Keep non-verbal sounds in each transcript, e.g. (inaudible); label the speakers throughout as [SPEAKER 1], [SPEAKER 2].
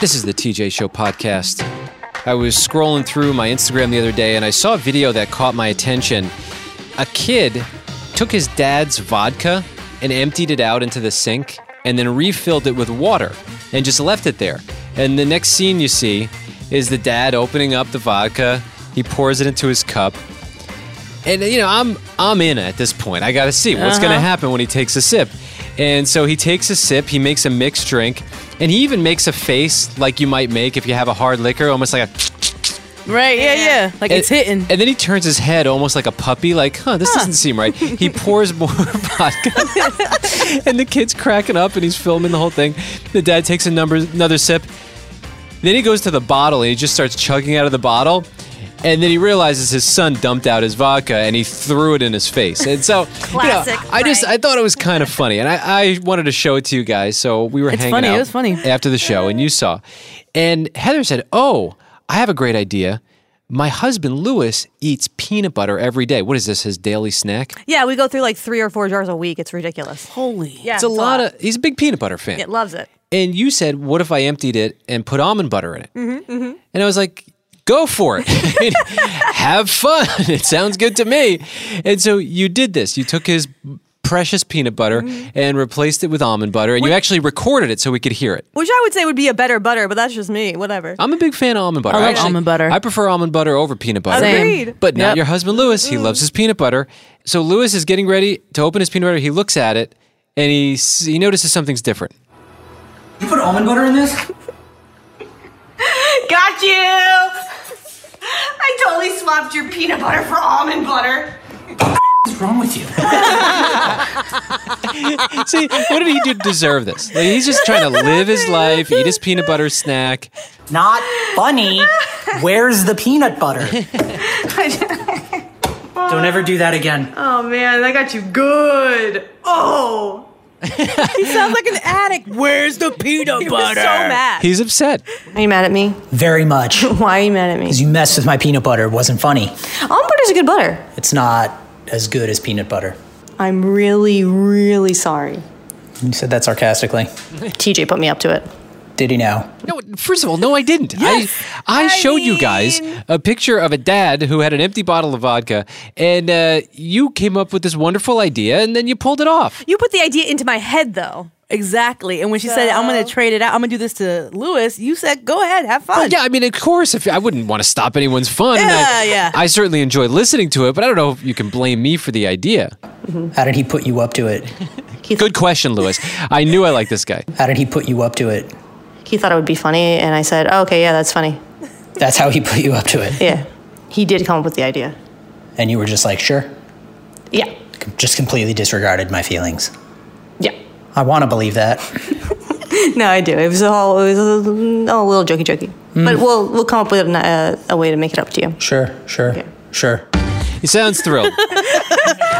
[SPEAKER 1] This is the TJ Show podcast. I was scrolling through my Instagram the other day and I saw a video that caught my attention. A kid took his dad's vodka and emptied it out into the sink and then refilled it with water and just left it there. And the next scene you see is the dad opening up the vodka, he pours it into his cup. And you know, I'm I'm in at this point. I got to see what's going to happen when he takes a sip. And so he takes a sip, he makes a mixed drink, and he even makes a face like you might make if you have a hard liquor, almost like a
[SPEAKER 2] Right, yeah, yeah. Like it's
[SPEAKER 1] and-
[SPEAKER 2] hitting.
[SPEAKER 1] And then he turns his head almost like a puppy, like, huh, this doesn't seem right.
[SPEAKER 2] (laughs)
[SPEAKER 1] He pours more vodka. and the kid's cracking up and he's filming the whole thing. The dad takes a number, another sip. Then he goes to the bottle and he just starts chugging out of the bottle. And then he realizes his son dumped out his vodka and he threw it in his face. And so, you know,
[SPEAKER 3] Classic
[SPEAKER 1] I just I
[SPEAKER 3] prank.
[SPEAKER 1] thought it was kind of funny, and I, I wanted to show it to you guys. So we were
[SPEAKER 2] It's
[SPEAKER 1] hanging
[SPEAKER 2] funny, it
[SPEAKER 1] out
[SPEAKER 2] was funny.
[SPEAKER 1] after the show, and you saw. And Heather said, "Oh, I have a great idea. My husband Lewis eats peanut butter every day. What is this? His daily snack?
[SPEAKER 3] Yeah, we go through like three or four jars a week. It's ridiculous.
[SPEAKER 2] Holy.
[SPEAKER 3] Yeah,
[SPEAKER 1] it's a lot, of. He's a big peanut butter fan.
[SPEAKER 3] It loves it.
[SPEAKER 1] and you said, "What if I emptied it and put almond butter in it?"
[SPEAKER 3] Mm-hmm,
[SPEAKER 1] And I was like, "Go for it, (laughs) have fun. It sounds good to me." And so you did this. You took his precious peanut butter
[SPEAKER 3] Mm-hmm.
[SPEAKER 1] and replaced it with almond butter, and you actually recorded it so we could hear it.
[SPEAKER 3] Which I would say would be a better butter, but that's just me. Whatever.
[SPEAKER 1] I'm a big fan of almond butter.
[SPEAKER 2] I love almond butter.
[SPEAKER 1] I prefer almond butter over peanut butter.
[SPEAKER 2] Same.
[SPEAKER 3] Agreed. Mm.
[SPEAKER 1] But not
[SPEAKER 2] Yep.
[SPEAKER 1] your husband Lewis. He loves his peanut butter. So Lewis is getting ready to open his peanut butter. He looks at it and he s- he notices something's different.
[SPEAKER 4] You put almond butter in this?
[SPEAKER 5] Got you! I totally swapped your peanut butter for almond butter.
[SPEAKER 4] What's wrong with you?
[SPEAKER 1] See, what did he do to deserve this? Like, he's just trying to
[SPEAKER 2] (laughs)
[SPEAKER 1] live his life, eat his peanut butter snack.
[SPEAKER 4] (laughs) Not funny. Where's the peanut butter? (laughs) Don't ever do that again.
[SPEAKER 5] Oh man, I got you good. Oh!
[SPEAKER 2] Sounds like an addict. Where's the peanut butter?
[SPEAKER 3] mad.
[SPEAKER 1] He's upset.
[SPEAKER 3] Are you mad at me?
[SPEAKER 4] Very much.
[SPEAKER 3] Why are you mad at me?
[SPEAKER 4] You messed with my peanut butter. It wasn't funny.
[SPEAKER 3] Almond butter's a good butter.
[SPEAKER 4] It's not as good as peanut butter.
[SPEAKER 3] I'm really, really sorry.
[SPEAKER 4] You said that sarcastically.
[SPEAKER 3] TJ put me up to it.
[SPEAKER 4] Did he know?
[SPEAKER 1] No, first of all, no, I didn't. I, I, showed you guys a picture of a dad who had an empty bottle of vodka, and uh, you came up with this wonderful idea, and then you pulled it off.
[SPEAKER 3] You put the idea into my head, though.
[SPEAKER 2] Exactly. And when she said, I'm going to trade it out, I'm going to do this to Lewis, you said, go ahead, have fun.
[SPEAKER 1] Oh, Yeah, I mean, of course, if I wouldn't want to stop anyone's fun. and I,
[SPEAKER 2] Yeah, yeah.
[SPEAKER 1] I certainly enjoy listening to it, but I don't know if you can blame me for the idea.
[SPEAKER 4] How did he put you up to it?
[SPEAKER 1] Good question, Lewis. I knew I liked this guy.
[SPEAKER 4] How did he put you up to it?
[SPEAKER 3] He thought it would be funny, and I said, oh, okay, yeah, that's funny.
[SPEAKER 4] That's how he put you up to it.
[SPEAKER 3] Yeah. He did come up with the idea.
[SPEAKER 4] And you were just like, sure.
[SPEAKER 3] Yeah.
[SPEAKER 4] Com- Just completely disregarded my feelings.
[SPEAKER 3] Yeah.
[SPEAKER 4] I want to believe that.
[SPEAKER 3] (laughs) No, I do. It was all, it was a, a little jokey jokey. But we'll we'll come up with an, uh, a way to make it up to you.
[SPEAKER 4] Sure, sure, sure.
[SPEAKER 1] He sounds thrilled.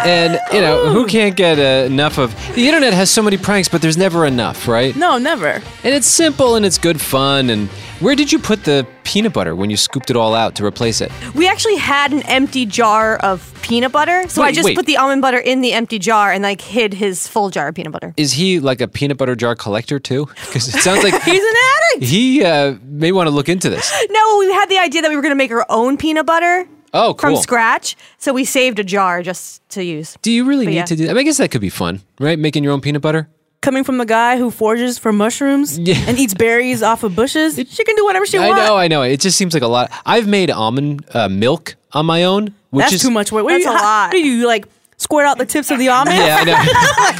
[SPEAKER 1] and, you know,
[SPEAKER 3] Oh.
[SPEAKER 1] who can't get uh, enough of. The internet has so many pranks, but there's never enough, right?
[SPEAKER 2] No, never.
[SPEAKER 1] And it's simple and it's good fun. And where did you put the peanut butter when you scooped it all out to replace it?
[SPEAKER 3] We actually had an empty jar of peanut butter, so I
[SPEAKER 1] Wait,
[SPEAKER 3] just
[SPEAKER 1] wait.
[SPEAKER 3] put the almond butter in the empty jar and like hid his full jar of peanut butter.
[SPEAKER 1] Is he like a peanut butter jar collector too? Because it sounds like
[SPEAKER 3] (laughs) He's an addict.
[SPEAKER 1] he uh, may want to look into
[SPEAKER 3] (laughs)
[SPEAKER 1] this.
[SPEAKER 3] No, we had the idea that we were going to make our own peanut butter.
[SPEAKER 1] Oh,
[SPEAKER 3] From
[SPEAKER 1] cool.
[SPEAKER 3] scratch, so we saved a jar just to use.
[SPEAKER 1] Do you really
[SPEAKER 3] But
[SPEAKER 1] need
[SPEAKER 3] yeah.
[SPEAKER 1] to do that? I, mean, I guess that could be fun, right? Making your own peanut butter?
[SPEAKER 2] Coming from the guy who forges for mushrooms and eats berries off of bushes, she can do whatever she
[SPEAKER 1] I
[SPEAKER 2] wants.
[SPEAKER 1] know, I know. It just seems like a lot. I've made almond uh, milk on my own, which
[SPEAKER 2] That's
[SPEAKER 1] is
[SPEAKER 2] too much. Wait, what
[SPEAKER 3] That's
[SPEAKER 2] do you,
[SPEAKER 3] a lot.
[SPEAKER 2] What do you like? Squirt out the tips of the
[SPEAKER 1] (laughs)
[SPEAKER 2] almond?
[SPEAKER 1] Yeah, I
[SPEAKER 2] (laughs)
[SPEAKER 1] know.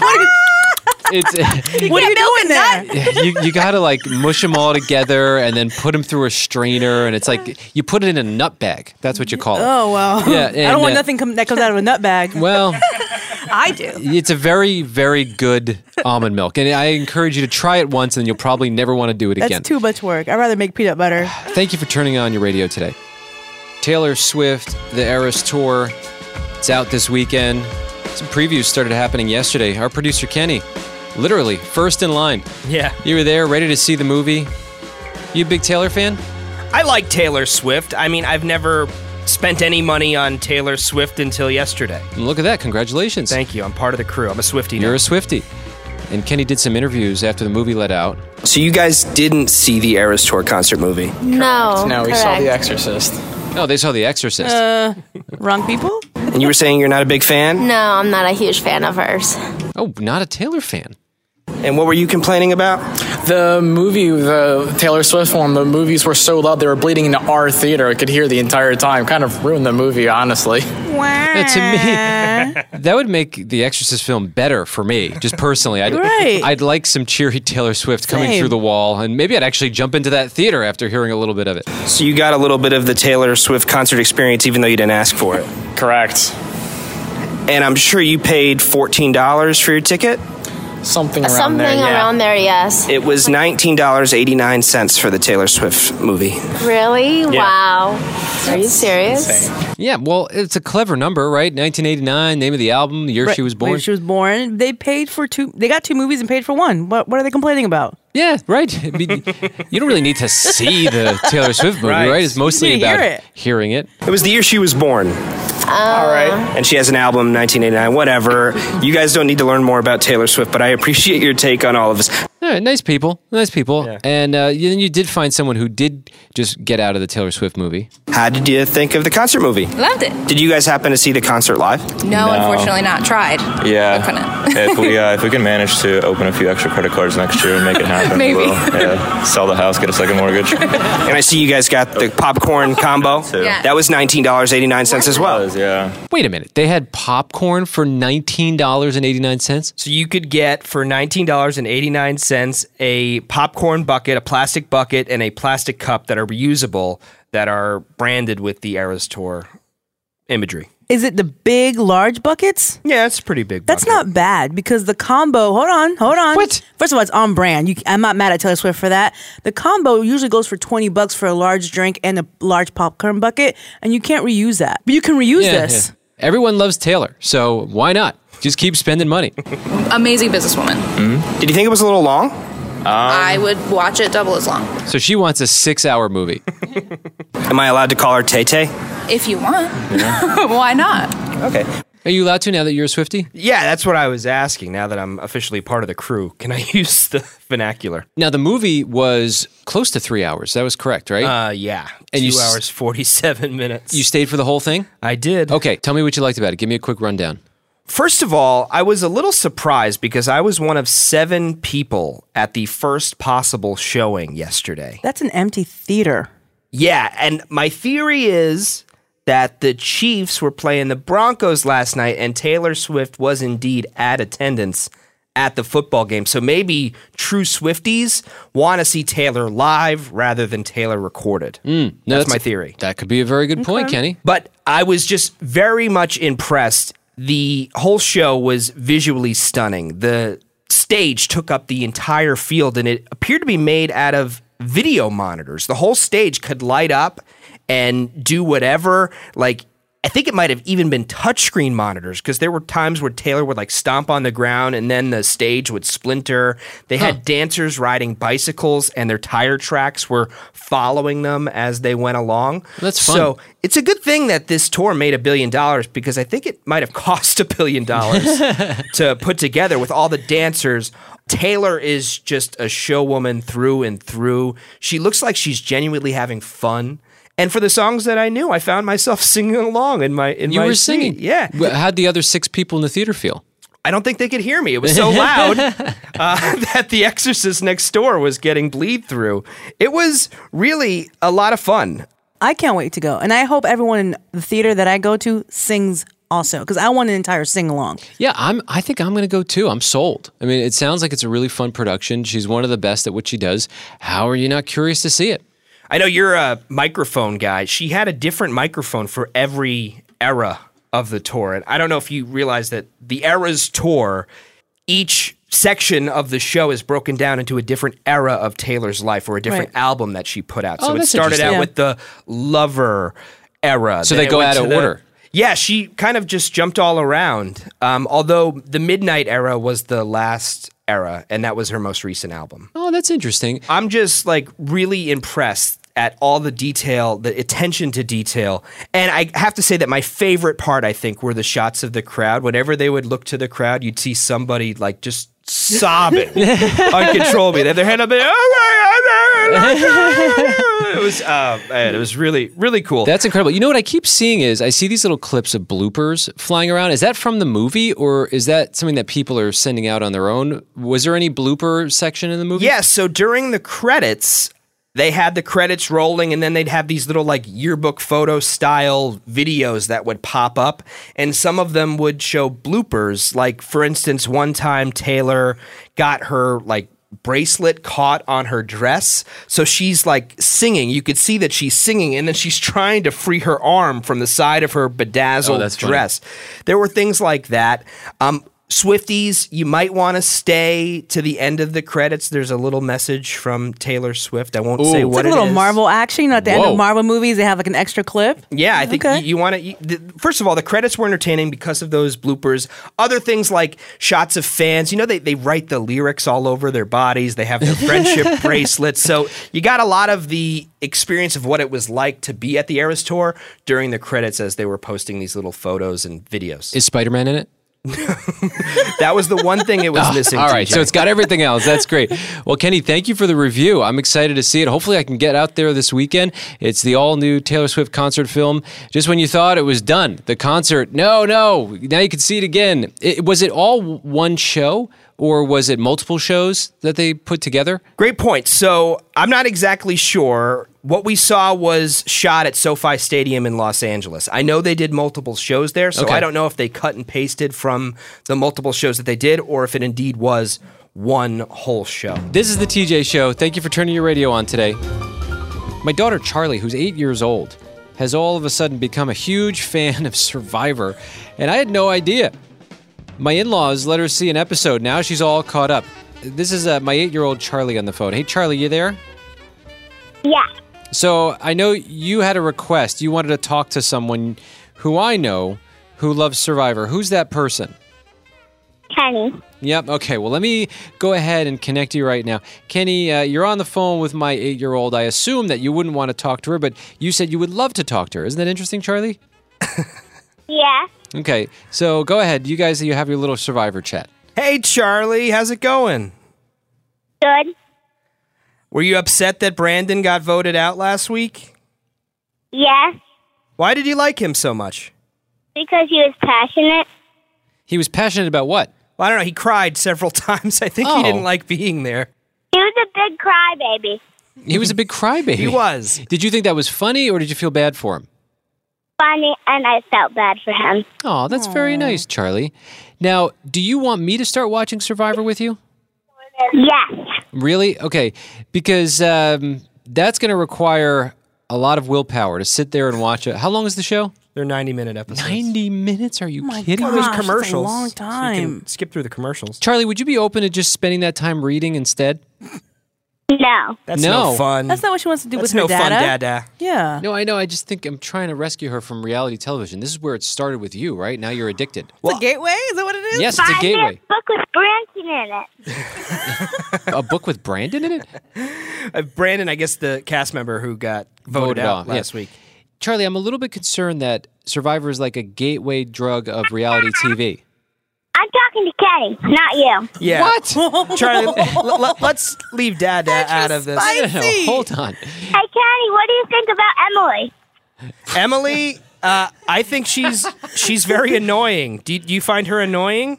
[SPEAKER 1] it's.
[SPEAKER 2] What are you doing there?
[SPEAKER 1] you, you gotta like mush them all together and then put them through a strainer and it's like you put it in a nut bag that's what you call it
[SPEAKER 2] Oh wow!
[SPEAKER 1] (laughs) Yeah,
[SPEAKER 2] I
[SPEAKER 1] and,
[SPEAKER 2] don't want
[SPEAKER 1] uh,
[SPEAKER 2] nothing come, that comes out of a
[SPEAKER 1] (laughs)
[SPEAKER 2] nut bag.
[SPEAKER 1] well
[SPEAKER 3] I do.
[SPEAKER 2] (laughs)
[SPEAKER 1] it's a very very good almond milk and i encourage you to try it once and you'll probably never want to do it
[SPEAKER 2] That's
[SPEAKER 1] again
[SPEAKER 2] too much work. I'd rather make peanut butter.
[SPEAKER 1] thank you for turning on your radio today taylor swift the eras tour it's out this weekend some previews started happening yesterday our producer kenny literally first in line
[SPEAKER 6] Yeah.
[SPEAKER 1] you were there ready to see the movie you a big taylor fan
[SPEAKER 6] I like Taylor Swift. I mean, I've never spent any money on Taylor Swift until yesterday.
[SPEAKER 1] and look at that congratulations
[SPEAKER 6] Thank you. I'm part of the crew. I'm a Swifty.
[SPEAKER 1] You're a Swifty. And Kenny did some interviews after the movie let out.
[SPEAKER 7] So you guys didn't see the Eras Tour concert movie.
[SPEAKER 8] No.
[SPEAKER 9] No, we
[SPEAKER 8] correct.
[SPEAKER 9] saw The Exorcist.
[SPEAKER 1] No, Oh, they saw The Exorcist.
[SPEAKER 2] Uh. Wrong people?
[SPEAKER 7] And you were saying you're not a big fan?
[SPEAKER 8] No, I'm not a huge fan of hers.
[SPEAKER 1] oh, not a Taylor fan.
[SPEAKER 7] And what were you complaining about?
[SPEAKER 9] The movie, the Taylor Swift one, the movies were so loud they were bleeding into our theater. I could hear the entire time. Kind of ruined the movie, honestly.
[SPEAKER 1] Yeah, to
[SPEAKER 2] Uh.
[SPEAKER 1] me, (laughs) that would make the Exorcist film better for me, just personally. I'd,
[SPEAKER 2] Right.
[SPEAKER 1] I'd like some cheery Taylor Swift coming
[SPEAKER 2] Same.
[SPEAKER 1] through the wall, and maybe I'd actually jump into that theater after hearing a little bit of it.
[SPEAKER 7] So you got a little bit of the Taylor Swift concert experience even though you didn't ask for it.
[SPEAKER 9] Correct.
[SPEAKER 7] And I'm sure you paid $14 for your ticket.
[SPEAKER 9] Something around
[SPEAKER 8] Something
[SPEAKER 9] there. yeah.
[SPEAKER 8] around there, yes.
[SPEAKER 7] It was $19.89 for the Taylor Swift movie.
[SPEAKER 8] Really? Wow. Are you serious?
[SPEAKER 1] Yeah, well, it's a clever number, right? 1989, name of the album, the year she was born.
[SPEAKER 2] When she was born. They paid for two. They got two movies and paid for one. What What are they complaining about?
[SPEAKER 1] yeah, right. I mean, you don't really need to see the Taylor Swift movie, right?
[SPEAKER 6] Right.
[SPEAKER 1] It's mostly
[SPEAKER 2] need to
[SPEAKER 1] about
[SPEAKER 2] hear it.
[SPEAKER 1] hearing it.
[SPEAKER 7] It was the year she was born.
[SPEAKER 9] All right.
[SPEAKER 7] And she has an album, 1989, whatever. you guys don't need to learn more about Taylor Swift, but I appreciate your take on all of us.
[SPEAKER 1] All right, nice people, nice people. And uh, you, you did find someone who did just get out of the Taylor Swift movie.
[SPEAKER 7] How did you think of the concert movie?
[SPEAKER 10] Loved it.
[SPEAKER 7] Did you guys happen to see the concert live?
[SPEAKER 10] No, unfortunately not. Tried.
[SPEAKER 11] Yeah.
[SPEAKER 10] But couldn't.
[SPEAKER 11] if we uh, if
[SPEAKER 10] (laughs)
[SPEAKER 11] we can manage to open a few extra credit cards next year and make it happen,
[SPEAKER 10] Maybe.
[SPEAKER 11] we'll yeah, sell the house, get a second
[SPEAKER 10] (laughs)
[SPEAKER 11] mortgage.
[SPEAKER 7] And I see you guys got the popcorn
[SPEAKER 6] (laughs)
[SPEAKER 7] combo.
[SPEAKER 10] Yeah.
[SPEAKER 7] That was $19.89 as well.
[SPEAKER 11] yeah.
[SPEAKER 1] Wait a minute, they had popcorn for $19.89?
[SPEAKER 6] So you could get for nineteen dollars and eighty nine cents a popcorn bucket, a plastic bucket, and a plastic cup that are reusable that are branded with the Eras Tour imagery.
[SPEAKER 2] Is it the big, large buckets?
[SPEAKER 6] Yeah, it's a pretty big.
[SPEAKER 2] That's
[SPEAKER 6] bucket.
[SPEAKER 2] not bad because the combo. Hold on, hold on.
[SPEAKER 1] What?
[SPEAKER 2] First of all, it's on brand. You, I'm not mad at Taylor Swift for that. The combo usually goes for twenty bucks for a large drink and a large popcorn bucket, and you can't reuse that. But you can reuse this.
[SPEAKER 1] Everyone loves Taylor, so why not? Just keep spending money.
[SPEAKER 10] Amazing businesswoman.
[SPEAKER 7] Did you think it was a little long?
[SPEAKER 11] Um,
[SPEAKER 10] I would watch it double as long
[SPEAKER 1] so she wants a six hour movie.
[SPEAKER 7] Am I allowed to call her Tay Tay?
[SPEAKER 10] if you want. (laughs) Why not?
[SPEAKER 7] Okay.
[SPEAKER 1] Are you allowed to now that you're a Swifty?
[SPEAKER 6] Yeah, that's what I was asking. Now that I'm officially part of the crew, can I (laughs) use the vernacular?
[SPEAKER 1] Now, the movie was close to three hours. That was correct, right?
[SPEAKER 6] Uh, yeah,
[SPEAKER 1] And
[SPEAKER 6] two
[SPEAKER 1] you s-
[SPEAKER 6] hours forty seven minutes.
[SPEAKER 1] you stayed for the whole thing?
[SPEAKER 6] I did.
[SPEAKER 1] Okay, tell me what you liked about it. Give me a quick rundown.
[SPEAKER 6] First of all, I was a little surprised because I was one of seven people at the first possible showing yesterday.
[SPEAKER 2] That's an empty theater.
[SPEAKER 6] Yeah, and my theory is that the Chiefs were playing the Broncos last night and Taylor Swift was indeed at attendance at the football game. So maybe true Swifties want to see Taylor live rather than Taylor recorded.
[SPEAKER 1] No,
[SPEAKER 6] that's, my theory.
[SPEAKER 1] That could be a very good point, Kenny.
[SPEAKER 6] But I was just very much impressed. The whole show was visually stunning. The stage took up the entire field and it appeared to be made out of video monitors. The whole stage could light up and do whatever. Like, I think it might have even been touchscreen monitors because there were times where Taylor would like stomp on the ground and then the stage would splinter. They had dancers riding bicycles and their tire tracks were following them as they went along.
[SPEAKER 1] That's fun.
[SPEAKER 6] So it's a good thing that this tour made a billion dollars because I think it might have (laughs) cost a
[SPEAKER 1] (laughs)
[SPEAKER 6] billion dollars to put together with all the dancers. Taylor is just a showwoman through and through. She looks like she's genuinely having fun. And for the songs that I knew, I found myself (laughs) singing along in my in
[SPEAKER 1] You
[SPEAKER 6] my
[SPEAKER 1] were
[SPEAKER 6] seat.
[SPEAKER 1] singing.
[SPEAKER 6] Yeah,
[SPEAKER 1] Well, How'd the other six people in the theater feel?
[SPEAKER 6] I don't think they could hear me. It was so
[SPEAKER 1] (laughs)
[SPEAKER 6] loud uh, (laughs) that The Exorcist next door was getting bleed through. It was really a lot of fun.
[SPEAKER 2] I can't wait to go, and I hope everyone in the theater that I go to sings also because I want an entire sing along.
[SPEAKER 1] Yeah, I'm. I think I'm going to go too. I'm sold. I mean, it sounds like it's a really fun production. She's one of the best at what she does. How are you not curious to see it?
[SPEAKER 6] I know you're a microphone guy. She had a different microphone for every era of the tour. And I don't know if you realize that the Eras tour, each section of the show is broken down into a different era of Taylor's life or a different
[SPEAKER 2] Right.
[SPEAKER 6] album that she put out. So
[SPEAKER 1] Oh,
[SPEAKER 6] it
[SPEAKER 1] that's
[SPEAKER 6] started out
[SPEAKER 1] interesting.
[SPEAKER 6] with the Lover era.
[SPEAKER 1] So
[SPEAKER 6] Then
[SPEAKER 1] they
[SPEAKER 6] it
[SPEAKER 1] go
[SPEAKER 6] went
[SPEAKER 1] out
[SPEAKER 6] to
[SPEAKER 1] of
[SPEAKER 6] the-
[SPEAKER 1] order.
[SPEAKER 6] yeah, she kind of just jumped all around. Um, although the Midnight era was the last era, and that was her most recent album.
[SPEAKER 1] Oh, that's interesting.
[SPEAKER 6] I'm just like really impressed at all the detail, the attention to detail. And I have to say that my favorite part, I think, were the shots of the crowd. Whenever they would look to the crowd, you'd see somebody like just sobbing uncontrollably. They had their head up. "Oh it was uh, man, it was really really cool.
[SPEAKER 1] That's incredible. You know what I keep seeing is I see these little clips of bloopers flying around. Is that from the movie or is that something that people are sending out on their own? Was there any blooper section in the movie?
[SPEAKER 6] Yes. so during the credits, they had the credits rolling, and then they'd have these little like yearbook photo style videos that would pop up, and some of them would show bloopers. Like for instance, one time Taylor got her like bracelet caught on her dress so she's like singing you could see that she's singing and then she's trying to free her arm from the side of her bedazzled
[SPEAKER 1] Oh, that's funny.
[SPEAKER 6] dress there were things like that. Um, Swifties, you might want to stay to the end of the credits. There's a little message from Taylor Swift. I won't say
[SPEAKER 2] it's like
[SPEAKER 6] what it
[SPEAKER 2] a little
[SPEAKER 6] is.
[SPEAKER 2] Marvel action. You know, at the end
[SPEAKER 6] Whoa.
[SPEAKER 2] of Marvel movies, they have like an extra clip.
[SPEAKER 6] Yeah, I think you, you want to. First of all, the credits were entertaining because of those bloopers. Other things like shots of fans. You know, they, they write the lyrics all over their bodies.
[SPEAKER 2] (laughs)
[SPEAKER 6] They have their friendship bracelets. So you got a lot of the experience of what it was like to be at the Eras Tour during the credits as they were posting these little photos and videos.
[SPEAKER 1] Is Spider Man in it?
[SPEAKER 6] that was the one
[SPEAKER 1] (laughs)
[SPEAKER 6] thing it was
[SPEAKER 1] Ah,
[SPEAKER 6] missing.
[SPEAKER 1] All right,
[SPEAKER 6] TJ.
[SPEAKER 1] so it's got everything else. That's great. Well, Kenny, thank you for the review. I'm excited to see it. Hopefully, I can get out there this weekend. It's the all new Taylor Swift concert film. Just when you thought it was done, the concert. No, no. Now you can see it again. It, was it all w- one show, or was it multiple shows that they put together?
[SPEAKER 6] Great point. So I'm not exactly sure. What we saw was shot at SoFi Stadium in Los Angeles. I know they did multiple shows there, so
[SPEAKER 1] Okay.
[SPEAKER 6] I don't know if they cut and pasted from the multiple shows that they did or if it indeed was one whole show.
[SPEAKER 1] This is the TJ Show. Thank you for turning your radio on today. My daughter Charlie, who's eight years old, has all of a sudden become a huge (laughs) fan of Survivor, and I had no idea. My in laws let her see an episode. Now she's all caught up. This is uh, my eight year old Charlie on the phone. Hey, Charlie, you there?
[SPEAKER 12] Yeah.
[SPEAKER 1] So I know you had a request. You wanted to talk to someone who I know who loves Survivor. Who's that person?
[SPEAKER 12] Kenny.
[SPEAKER 1] Yep. Okay. Well, let me go ahead and connect you right now. Kenny, uh, you're on the phone with my eight year old. I assume that you wouldn't want to talk to her, but you said you would love to talk to her. Isn't that interesting, Charlie?
[SPEAKER 12] Yeah.
[SPEAKER 1] Okay. So go ahead. You guys, you have your little survivor chat.
[SPEAKER 6] Hey, Charlie, how's it going?
[SPEAKER 12] Good.
[SPEAKER 6] Were you upset that Brandon got voted out last week?
[SPEAKER 12] Yeah.
[SPEAKER 6] Why did you like him so much?
[SPEAKER 12] Because he was passionate.
[SPEAKER 1] He was passionate about what?
[SPEAKER 6] Well, I don't know. He cried several (laughs) times. I think
[SPEAKER 12] Oh.
[SPEAKER 6] he didn't like being there.
[SPEAKER 12] He was a big crybaby.
[SPEAKER 1] He was a big (laughs) crybaby.
[SPEAKER 6] He was.
[SPEAKER 1] Did you think that was funny or did you feel bad for him?
[SPEAKER 12] Funny, and I felt bad for him.
[SPEAKER 1] Oh, that's very nice, Charlie. Now, do you want me to start watching Survivor with you?
[SPEAKER 12] Yes.
[SPEAKER 1] Really? Okay. Because um, that's going to require a lot of willpower to sit there and watch it. How long is the show?
[SPEAKER 6] They're 90 minute episodes.
[SPEAKER 1] 90 minutes? Are you kidding
[SPEAKER 6] Well,
[SPEAKER 1] me?
[SPEAKER 6] there's commercials.
[SPEAKER 2] long
[SPEAKER 6] so you can skip through the commercials.
[SPEAKER 1] Charlie, would you be open to just spending that time reading instead?
[SPEAKER 12] No.
[SPEAKER 6] That's no, fun.
[SPEAKER 2] That's not what she wants to do
[SPEAKER 6] That's
[SPEAKER 2] with her
[SPEAKER 6] no fun,
[SPEAKER 2] data.
[SPEAKER 6] Dada.
[SPEAKER 2] Yeah.
[SPEAKER 1] No, I know. I just think I'm trying to rescue her from reality television. This is where it started with you, right? Now you're addicted.
[SPEAKER 2] It's a gateway? Is that what it is?
[SPEAKER 1] Yes, it's a Buy me a gateway.
[SPEAKER 12] book with Branson in it.
[SPEAKER 1] a book with Brandon in it?
[SPEAKER 6] Uh, Brandon, I guess the cast member who got voted,
[SPEAKER 1] Voted
[SPEAKER 6] out
[SPEAKER 1] off,
[SPEAKER 6] last
[SPEAKER 1] yes.
[SPEAKER 6] week.
[SPEAKER 1] Charlie, I'm a little bit concerned that Survivor is like a gateway drug of reality
[SPEAKER 2] (laughs)
[SPEAKER 1] TV.
[SPEAKER 12] I'm talking to Kenny, not you.
[SPEAKER 6] Yeah.
[SPEAKER 1] What?
[SPEAKER 6] (laughs) Charlie, l-
[SPEAKER 1] (laughs)
[SPEAKER 6] l- let's leave Dada out of this.
[SPEAKER 1] No, no, no, (laughs) hold on.
[SPEAKER 12] Hey, Kenny, what do you think about Emily?
[SPEAKER 6] Emily, uh, I think she's she's very annoying. Do you, do you find her annoying?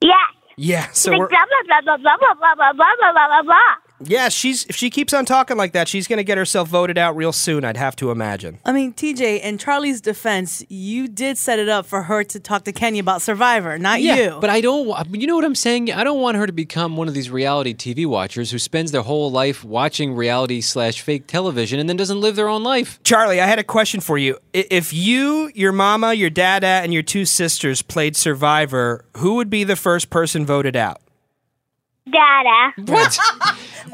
[SPEAKER 12] Yeah.
[SPEAKER 6] Yeah.
[SPEAKER 12] He's
[SPEAKER 6] So
[SPEAKER 12] like,
[SPEAKER 6] we're,
[SPEAKER 12] blah, blah, blah, blah, blah, blah, blah, blah, blah, blah, blah, blah.
[SPEAKER 6] yeah, she's if she keeps on talking like that, she's gonna get herself voted out real soon. I'd have to imagine.
[SPEAKER 2] I mean, TJ, in Charlie's defense, you did set it up for her to talk to Kenny about Survivor, not
[SPEAKER 1] Yeah,
[SPEAKER 2] you.
[SPEAKER 1] but I don't. wa- You know what I'm saying? I don't want her to become one of these reality TV watchers who spends their whole life watching reality slash fake television and then doesn't live their own life.
[SPEAKER 6] Charlie, I had a question for you. I- If you, your mama, your dada, and your two sisters played Survivor, who would be the first person voted out?
[SPEAKER 12] Dada.
[SPEAKER 1] What?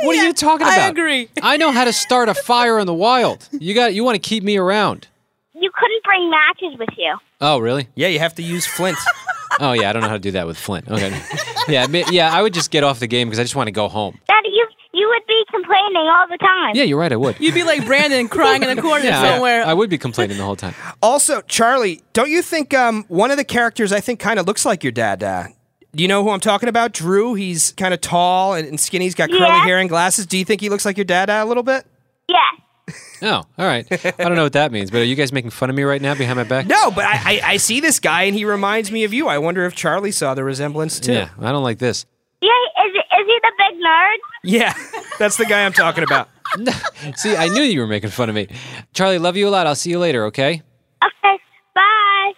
[SPEAKER 1] what are you talking
[SPEAKER 2] I
[SPEAKER 1] about?
[SPEAKER 2] agree.
[SPEAKER 1] (laughs) I know how to start a fire in the wild. You got. You want to keep me around?
[SPEAKER 12] You couldn't bring matches with you.
[SPEAKER 1] Oh, really?
[SPEAKER 6] Yeah, you have to use (laughs) Flint.
[SPEAKER 1] Oh, yeah. I don't know how to do that with Flint. Okay. (laughs) Yeah, I mean- yeah. I would just get off the game because I just want to go home.
[SPEAKER 12] Dada, you you would be complaining all the time.
[SPEAKER 1] Yeah, you're right. I would.
[SPEAKER 2] You'd be like Brandon crying in a (laughs) corner
[SPEAKER 1] Yeah, I-
[SPEAKER 2] somewhere.
[SPEAKER 1] I would be complaining the whole time.
[SPEAKER 6] Also, Charlie, don't you think um, one of the characters I think kind of looks like your dad? Uh, Do you know who I'm talking about? Drew. He's kind of tall and, and skinny. He's got curly
[SPEAKER 12] Yeah.
[SPEAKER 6] hair and glasses. Do you think he looks like your dad a little bit?
[SPEAKER 12] Yes.
[SPEAKER 1] Oh, all right. I don't know what that means, but are you guys making fun of me right now behind my back?
[SPEAKER 6] No, but I, I, I see this guy and he reminds me of you. I wonder if Charlie saw the resemblance too.
[SPEAKER 1] Yeah, I don't like this.
[SPEAKER 12] Yeah, is, is he the big nerd?
[SPEAKER 6] Yeah, (laughs) that's the guy I'm talking about.
[SPEAKER 1] See, I knew you were making fun of me. Charlie, love you a lot. I'll see you later, okay?
[SPEAKER 12] Okay, bye.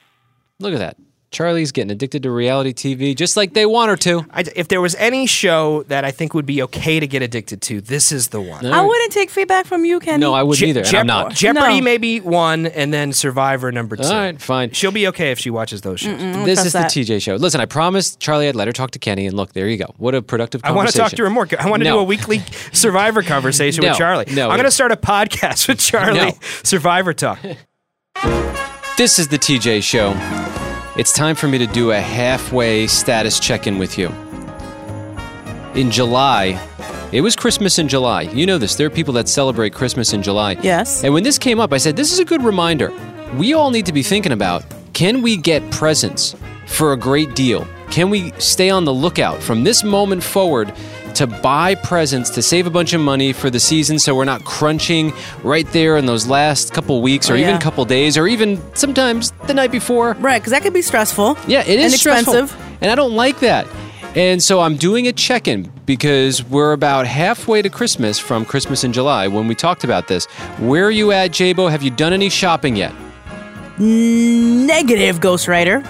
[SPEAKER 1] Look at that. Charlie's getting addicted to reality TV just like they want her to.
[SPEAKER 6] I, if there was any show that I think would be okay to get addicted to, this is the one.
[SPEAKER 2] I wouldn't take feedback from you, Kenny.
[SPEAKER 1] No, I wouldn't either, and I'm not.
[SPEAKER 6] Jeopardy
[SPEAKER 2] No.
[SPEAKER 6] maybe one, and then Survivor number two.
[SPEAKER 1] All right, fine.
[SPEAKER 6] She'll be okay if she watches those shows.
[SPEAKER 2] Mm-mm, I don't
[SPEAKER 1] this
[SPEAKER 2] trust
[SPEAKER 1] is
[SPEAKER 2] that.
[SPEAKER 1] the TJ show. Listen, I promised Charlie I'd let her talk to Kenny, and look, there you go. What a productive
[SPEAKER 6] I
[SPEAKER 1] conversation.
[SPEAKER 6] want to talk to her more. I want to
[SPEAKER 1] No.
[SPEAKER 6] do a
[SPEAKER 1] (laughs)
[SPEAKER 6] weekly Survivor conversation
[SPEAKER 1] No,
[SPEAKER 6] with Charlie.
[SPEAKER 1] no,
[SPEAKER 6] I'm going
[SPEAKER 1] it-
[SPEAKER 6] to start a podcast with Charlie.
[SPEAKER 1] No.
[SPEAKER 6] (laughs) Survivor talk.
[SPEAKER 1] (laughs) This is the TJ Show. It's time for me to do a halfway status check in with you. In July, it was Christmas in July. You know this. There are people that celebrate Christmas in July.
[SPEAKER 2] Yes.
[SPEAKER 1] And when this came up, I said, this is a good reminder. We all need to be thinking about can we get presents for a great deal? Can we stay on the lookout from this moment forward to buy presents to save a bunch of money for the season so we're not crunching right there in those last couple weeks or
[SPEAKER 2] Oh,
[SPEAKER 1] even
[SPEAKER 2] yeah.
[SPEAKER 1] couple days or even sometimes the night before?
[SPEAKER 2] Right, because that could be stressful.
[SPEAKER 1] Yeah, it is
[SPEAKER 2] and
[SPEAKER 1] stressful.
[SPEAKER 2] expensive.
[SPEAKER 1] And I don't like that. And so I'm doing a check in because we're about halfway to Christmas from Christmas in July when we talked about this. Where are you at, Jabo? Have you done any shopping yet?
[SPEAKER 2] Negative ghostwriter.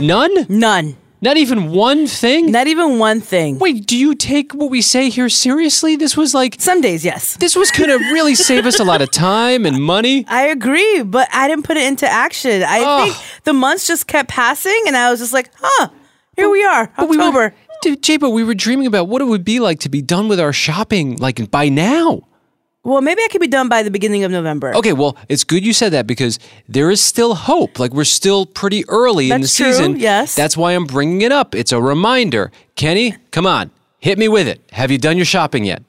[SPEAKER 1] None?
[SPEAKER 2] None.
[SPEAKER 1] Not even one thing?
[SPEAKER 2] Not even one thing.
[SPEAKER 1] Wait, do you take what we say here seriously? This was like.
[SPEAKER 2] Some days, yes.
[SPEAKER 1] This was going to really save us a lot of time and money.
[SPEAKER 2] I agree, but I didn't put it into action. I think the months just kept passing, and I was just like, huh, here we are, October.
[SPEAKER 1] Dude, Jabo, we were dreaming about what it would be like to be done with our shopping like by now.
[SPEAKER 2] well, maybe I could be done by the beginning of November.
[SPEAKER 1] Okay, well, it's good you said that because there is still hope. Like we're still pretty early in the
[SPEAKER 2] That's true,
[SPEAKER 1] season.
[SPEAKER 2] yes.
[SPEAKER 1] That's why I'm bringing it up. It's a reminder. Kenny, come on. Hit me with it. Have you done your shopping yet?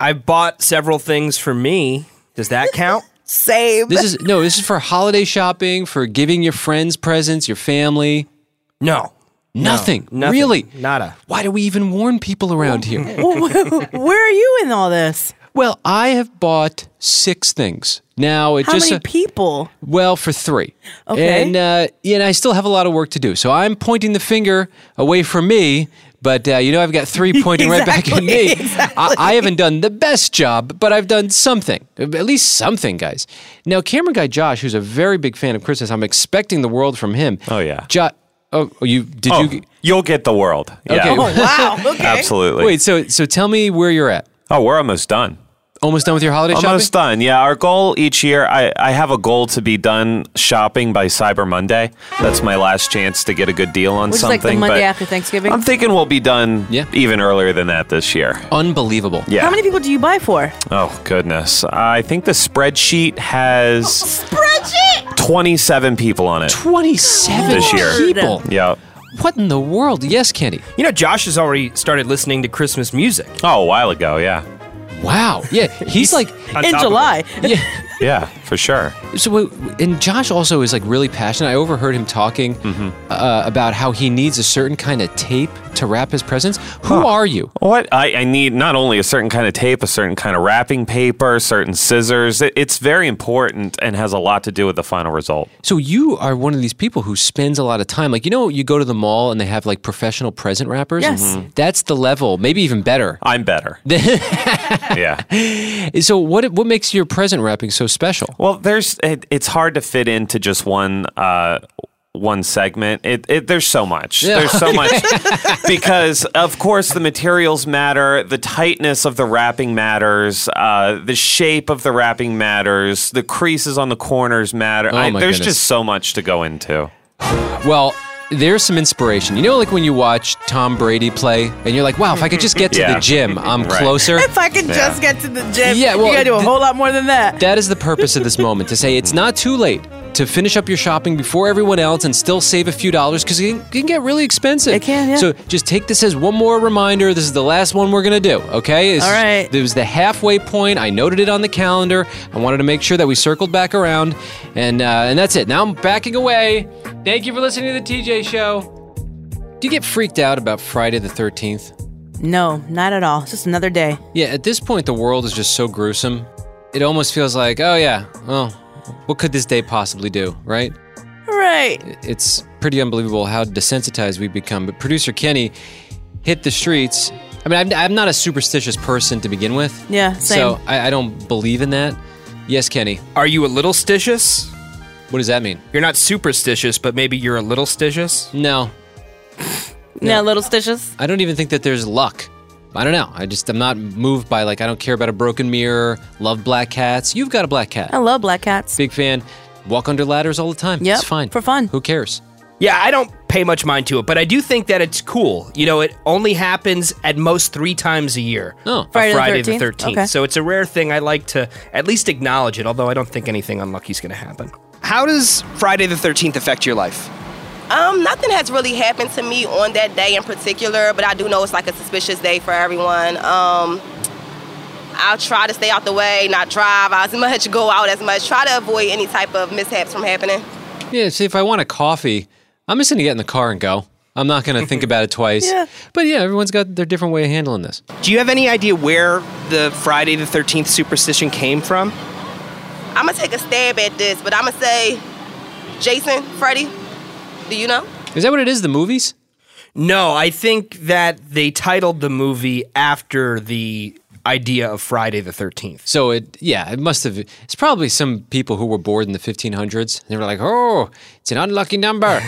[SPEAKER 6] I bought several things for me. Does that count?
[SPEAKER 2] Save.
[SPEAKER 1] This (laughs) is no, this is for holiday shopping, for giving your friends presents, your family.
[SPEAKER 6] No.
[SPEAKER 1] Nothing.
[SPEAKER 6] No, nothing.
[SPEAKER 1] Really?
[SPEAKER 6] Nada.
[SPEAKER 1] Why do we even warn people around here?
[SPEAKER 2] (laughs) Well, (laughs) Where are you in all this?
[SPEAKER 1] Well, I have bought six things. Now, it
[SPEAKER 2] How
[SPEAKER 1] just uh,
[SPEAKER 2] many people?
[SPEAKER 1] Well, for three.
[SPEAKER 2] Okay.
[SPEAKER 1] And, uh, yeah, and I still have a lot of work to do. So I'm pointing the finger away from me, but uh, you know, I've got
[SPEAKER 2] (laughs)
[SPEAKER 1] three pointing right back at me.
[SPEAKER 2] Exactly,
[SPEAKER 1] I, I haven't done the best job, but I've done something, at least something, guys. Now, camera guy Josh, who's a very big fan of Christmas, I'm expecting the world from him. Oh,
[SPEAKER 11] yeah.
[SPEAKER 1] Josh. Oh, you did
[SPEAKER 11] Oh,
[SPEAKER 1] you?
[SPEAKER 11] You'll get the world. Yeah. Oh,
[SPEAKER 1] Okay.
[SPEAKER 2] (laughs) wow.
[SPEAKER 11] Absolutely.
[SPEAKER 1] Wait, so so tell me where you're at.
[SPEAKER 11] Oh, we're almost done.
[SPEAKER 1] Almost done with your holiday
[SPEAKER 11] Almost
[SPEAKER 1] shopping.
[SPEAKER 11] done. Yeah, our goal each year, I, I have a goal to be done shopping by Cyber Monday. That's my last chance to get a good deal on
[SPEAKER 2] Which is
[SPEAKER 11] something.
[SPEAKER 2] like the Monday
[SPEAKER 11] but
[SPEAKER 2] after Thanksgiving.
[SPEAKER 11] I'm thinking we'll be done
[SPEAKER 1] Yeah.
[SPEAKER 11] even earlier than that this year.
[SPEAKER 1] Unbelievable.
[SPEAKER 11] Yeah.
[SPEAKER 2] How many people do you buy for?
[SPEAKER 11] oh, goodness. I think the spreadsheet has
[SPEAKER 2] (gasps) Spreadsheet.
[SPEAKER 11] 27 people on it.
[SPEAKER 1] Twenty-seven
[SPEAKER 11] This year.
[SPEAKER 1] people.
[SPEAKER 11] Yeah.
[SPEAKER 1] What in the world? Yes, Kenny.
[SPEAKER 6] You know, Josh has already started listening to Christmas music.
[SPEAKER 11] Oh, a while ago. Yeah.
[SPEAKER 1] Wow.
[SPEAKER 11] (laughs)
[SPEAKER 1] Yeah, he's like.
[SPEAKER 6] On
[SPEAKER 2] In
[SPEAKER 6] top of
[SPEAKER 2] July. (laughs)
[SPEAKER 1] Yeah.
[SPEAKER 11] Yeah, for sure.
[SPEAKER 1] So, wait, and Josh also is like really passionate. I overheard him talking
[SPEAKER 11] Mm-hmm.
[SPEAKER 1] uh, about how he needs a certain kind of tape to wrap his presents. Who are you?
[SPEAKER 11] What I, I need not only a certain kind of tape, a certain kind of wrapping paper, certain scissors. It- it's very important and has a lot to do with the final result.
[SPEAKER 1] So, you are one of these people who spends a lot of time. Like, you know, you go to the mall and they have like professional present wrappers.
[SPEAKER 2] Yes.
[SPEAKER 11] Mm-hmm.
[SPEAKER 2] Mhm.
[SPEAKER 1] That's the level, maybe even better.
[SPEAKER 11] I'm
[SPEAKER 1] (laughs)
[SPEAKER 11] better. yeah.
[SPEAKER 1] So, what, what makes your present wrapping so special?
[SPEAKER 11] Well, there's it, it's hard to fit into just one uh, one segment. It, it there's so much.
[SPEAKER 1] Yeah.
[SPEAKER 11] There's
[SPEAKER 1] (laughs)
[SPEAKER 11] so much because of course the materials matter, the tightness of the wrapping matters, uh, the shape of the wrapping matters, the creases on the corners matter.
[SPEAKER 1] Oh,
[SPEAKER 11] I-
[SPEAKER 1] my
[SPEAKER 11] there's
[SPEAKER 1] goodness.
[SPEAKER 11] just so much to go into.
[SPEAKER 1] Well, there's some inspiration. You know, like when you watch Tom Brady play and you're like, wow, if I could just get to the
[SPEAKER 11] Yeah.
[SPEAKER 1] gym, I'm
[SPEAKER 11] (laughs) Right.
[SPEAKER 1] closer.
[SPEAKER 2] If I could just get to the gym,
[SPEAKER 1] Yeah, well,
[SPEAKER 2] you gotta do a
[SPEAKER 1] th-
[SPEAKER 2] whole lot more than that.
[SPEAKER 1] That is the purpose of this moment to say it's not too late to finish up your shopping before everyone else and still save a few dollars because it, can- it can get really expensive.
[SPEAKER 2] It can, yeah.
[SPEAKER 1] So just take this as one more reminder. This is the last one we're going to do, okay? This
[SPEAKER 2] All
[SPEAKER 1] is-
[SPEAKER 2] right.
[SPEAKER 1] This was the halfway point. I noted it on the calendar. I wanted to make sure that we circled back around, and uh, and that's it. Now I'm backing away. Thank you for listening to the TJ Show. Do you get freaked out about Friday the 13th?
[SPEAKER 2] No, not at all. It's just another day.
[SPEAKER 1] Yeah, at this point, the world is just so gruesome. It almost feels like, oh, yeah, well, what could this day possibly do, right?
[SPEAKER 2] Right.
[SPEAKER 1] It's pretty unbelievable how desensitized we've become. But producer Kenny hit the streets. I mean, I'm, I'm not a superstitious person to begin with.
[SPEAKER 2] Yeah, same.
[SPEAKER 1] So I, I don't believe in that. Yes, Kenny.
[SPEAKER 6] Are you a little stitious?
[SPEAKER 1] What does that mean?
[SPEAKER 6] You're not superstitious, but maybe you're a little stitious?
[SPEAKER 1] No.
[SPEAKER 2] Yeah, little stitches.
[SPEAKER 1] I don't even think that there's luck. I don't know. I just I'm not moved by like I don't care about a broken mirror. Love black cats. You've got a black cat.
[SPEAKER 2] I love black cats.
[SPEAKER 1] Big fan. Walk under ladders all the time.
[SPEAKER 2] Yep,
[SPEAKER 1] it's fine
[SPEAKER 2] for fun.
[SPEAKER 1] Who cares?
[SPEAKER 6] Yeah, I don't pay much mind to it, but I do think that it's cool. You know, it only happens at most three times a year.
[SPEAKER 1] Oh,
[SPEAKER 6] a
[SPEAKER 2] Friday
[SPEAKER 6] Friday,
[SPEAKER 2] the
[SPEAKER 6] the 13th.
[SPEAKER 2] 13th. Okay.
[SPEAKER 6] So it's a rare thing. I like to at least acknowledge it, although I don't think anything unlucky is going to happen.
[SPEAKER 7] How does Friday the 13th affect your life?
[SPEAKER 13] Um, nothing has really happened to me on that day in particular, but I do know it's like a suspicious day for everyone. Um, I'll try to stay out the way, not drive as (laughs) much, go out as much, try to avoid any type of mishaps from happening.
[SPEAKER 1] Yeah. See, if I want a coffee, I'm just gonna get in the car and go. I'm not gonna think
[SPEAKER 2] (laughs)
[SPEAKER 1] about it twice.
[SPEAKER 7] Yeah.
[SPEAKER 1] But yeah, everyone's got their different way of handling this.
[SPEAKER 7] Do you have any idea where the Friday the 13th superstition came from?
[SPEAKER 13] I'm gonna take a stab at this, but I'm gonna say, Jason, Freddie, do you know?
[SPEAKER 1] Is that what it is? The movies?
[SPEAKER 6] No, I think that they titled the movie after the idea of Friday the 13th.
[SPEAKER 1] So it, yeah, it must have. It's probably some people who were bored in the 1500s. And they were like, oh, it's an unlucky
[SPEAKER 2] (laughs)
[SPEAKER 1] number.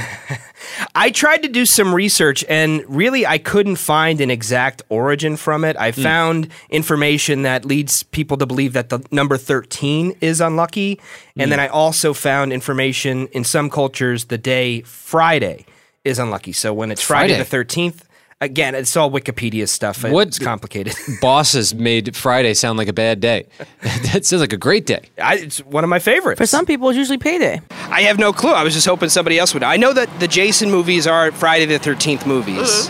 [SPEAKER 6] I tried to do some research and really I couldn't find an exact origin from it. I found information that leads people to believe that the number 13 is unlucky. And then I also found information in some cultures the day Friday is unlucky. So when it's Friday,
[SPEAKER 1] Friday.
[SPEAKER 6] the 13th, again, it's all Wikipedia stuff. It's
[SPEAKER 1] What-
[SPEAKER 6] complicated. (laughs)
[SPEAKER 1] Bosses made Friday sound like a bad day. (laughs) that sounds like a great day.
[SPEAKER 6] I, it's one of my favorites.
[SPEAKER 2] For some people, it's usually payday.
[SPEAKER 7] I have no clue. I was just hoping somebody else would. I know that the Jason movies are Friday the 13th movies.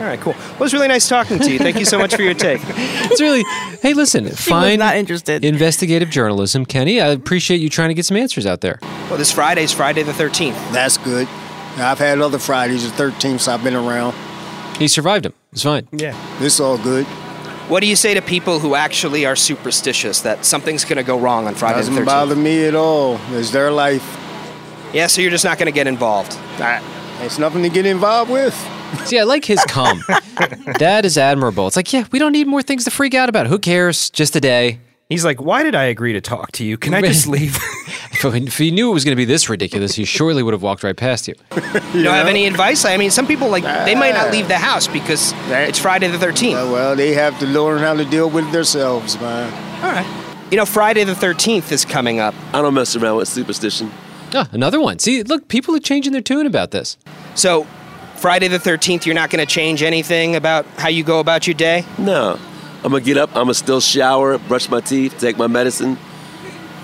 [SPEAKER 7] All right, cool. Well, it was really nice talking to you. Thank you so much for your take.
[SPEAKER 1] It's really, hey,
[SPEAKER 2] (laughs)
[SPEAKER 1] listen, fine. Not
[SPEAKER 2] interested.
[SPEAKER 1] Investigative journalism, Kenny. I appreciate you trying to get some answers out there.
[SPEAKER 7] Well, this Friday's Friday the 13th.
[SPEAKER 14] That's good. I've had other Fridays, the 13th, so I've been around.
[SPEAKER 1] He survived him. It's fine.
[SPEAKER 6] Yeah.
[SPEAKER 14] It's all good.
[SPEAKER 7] What do you say to people who actually are superstitious that something's going to go wrong on Friday the
[SPEAKER 14] Doesn't
[SPEAKER 7] 13th?
[SPEAKER 14] bother me at all. It's their life.
[SPEAKER 7] Yeah, so you're just not going to get involved.
[SPEAKER 14] It's nothing to get involved with.
[SPEAKER 1] See, I like his
[SPEAKER 6] (laughs)
[SPEAKER 1] calm. that is admirable. It's like, yeah, we don't need more things to freak out about. Who cares? Just a day.
[SPEAKER 6] He's like, why did I agree to talk to you? Can
[SPEAKER 1] (laughs)
[SPEAKER 6] I just leave?
[SPEAKER 1] if he knew it was going to be this ridiculous, he surely would have walked right past
[SPEAKER 6] (laughs)
[SPEAKER 1] you.
[SPEAKER 7] You don't have any advice? I mean, some people, like, they might not leave the house because it's Friday the 13th.
[SPEAKER 14] well, they have to learn how to deal with it themselves, man.
[SPEAKER 7] All right. You know, Friday the 13th is coming up.
[SPEAKER 15] I don't mess around with superstition.
[SPEAKER 1] Ah, another one. See, look, people are changing their tune about this.
[SPEAKER 7] So, Friday the 13th, you're not going to change anything about how you go about your day?
[SPEAKER 15] No. I'm going to get up, I'm going to still shower, brush my teeth, take my medicine.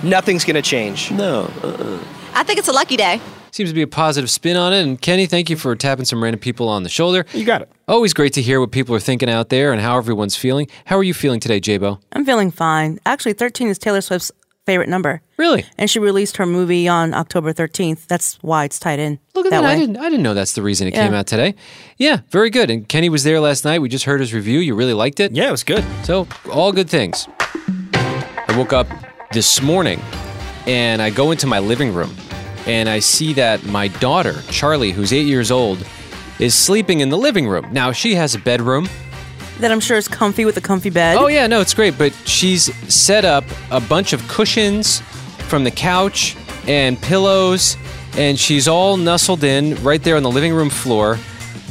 [SPEAKER 7] Nothing's going to change.
[SPEAKER 15] No. Uh-uh.
[SPEAKER 16] I think it's a lucky day.
[SPEAKER 1] Seems to be a positive spin on it. And Kenny, thank you for tapping some random people on the shoulder. You
[SPEAKER 6] got it.
[SPEAKER 1] Always great to hear what people are thinking out there and how everyone's feeling. How are you feeling today, Jabo?
[SPEAKER 2] I'm feeling fine. Actually, 13 is Taylor Swift's favorite number.
[SPEAKER 1] Really?
[SPEAKER 2] And she released her movie on October 13th. That's why it's tied in.
[SPEAKER 1] Look at that. I didn't I didn't know that's the reason it came
[SPEAKER 2] Yeah.
[SPEAKER 1] out today. Yeah, very good. And Kenny was there last night. We just heard his review. You really liked it?
[SPEAKER 6] Yeah, it was good.
[SPEAKER 1] So, all good things. I woke up this morning and I go into my living room and I see that my daughter, Charlie, who's 8 years old, is sleeping in the living room. Now, she has a bedroom.
[SPEAKER 2] That I'm sure is comfy with a comfy bed.
[SPEAKER 1] Oh yeah, no, it's great. But she's set up a bunch of cushions from the couch and pillows, and she's all nestled in right there on the living room floor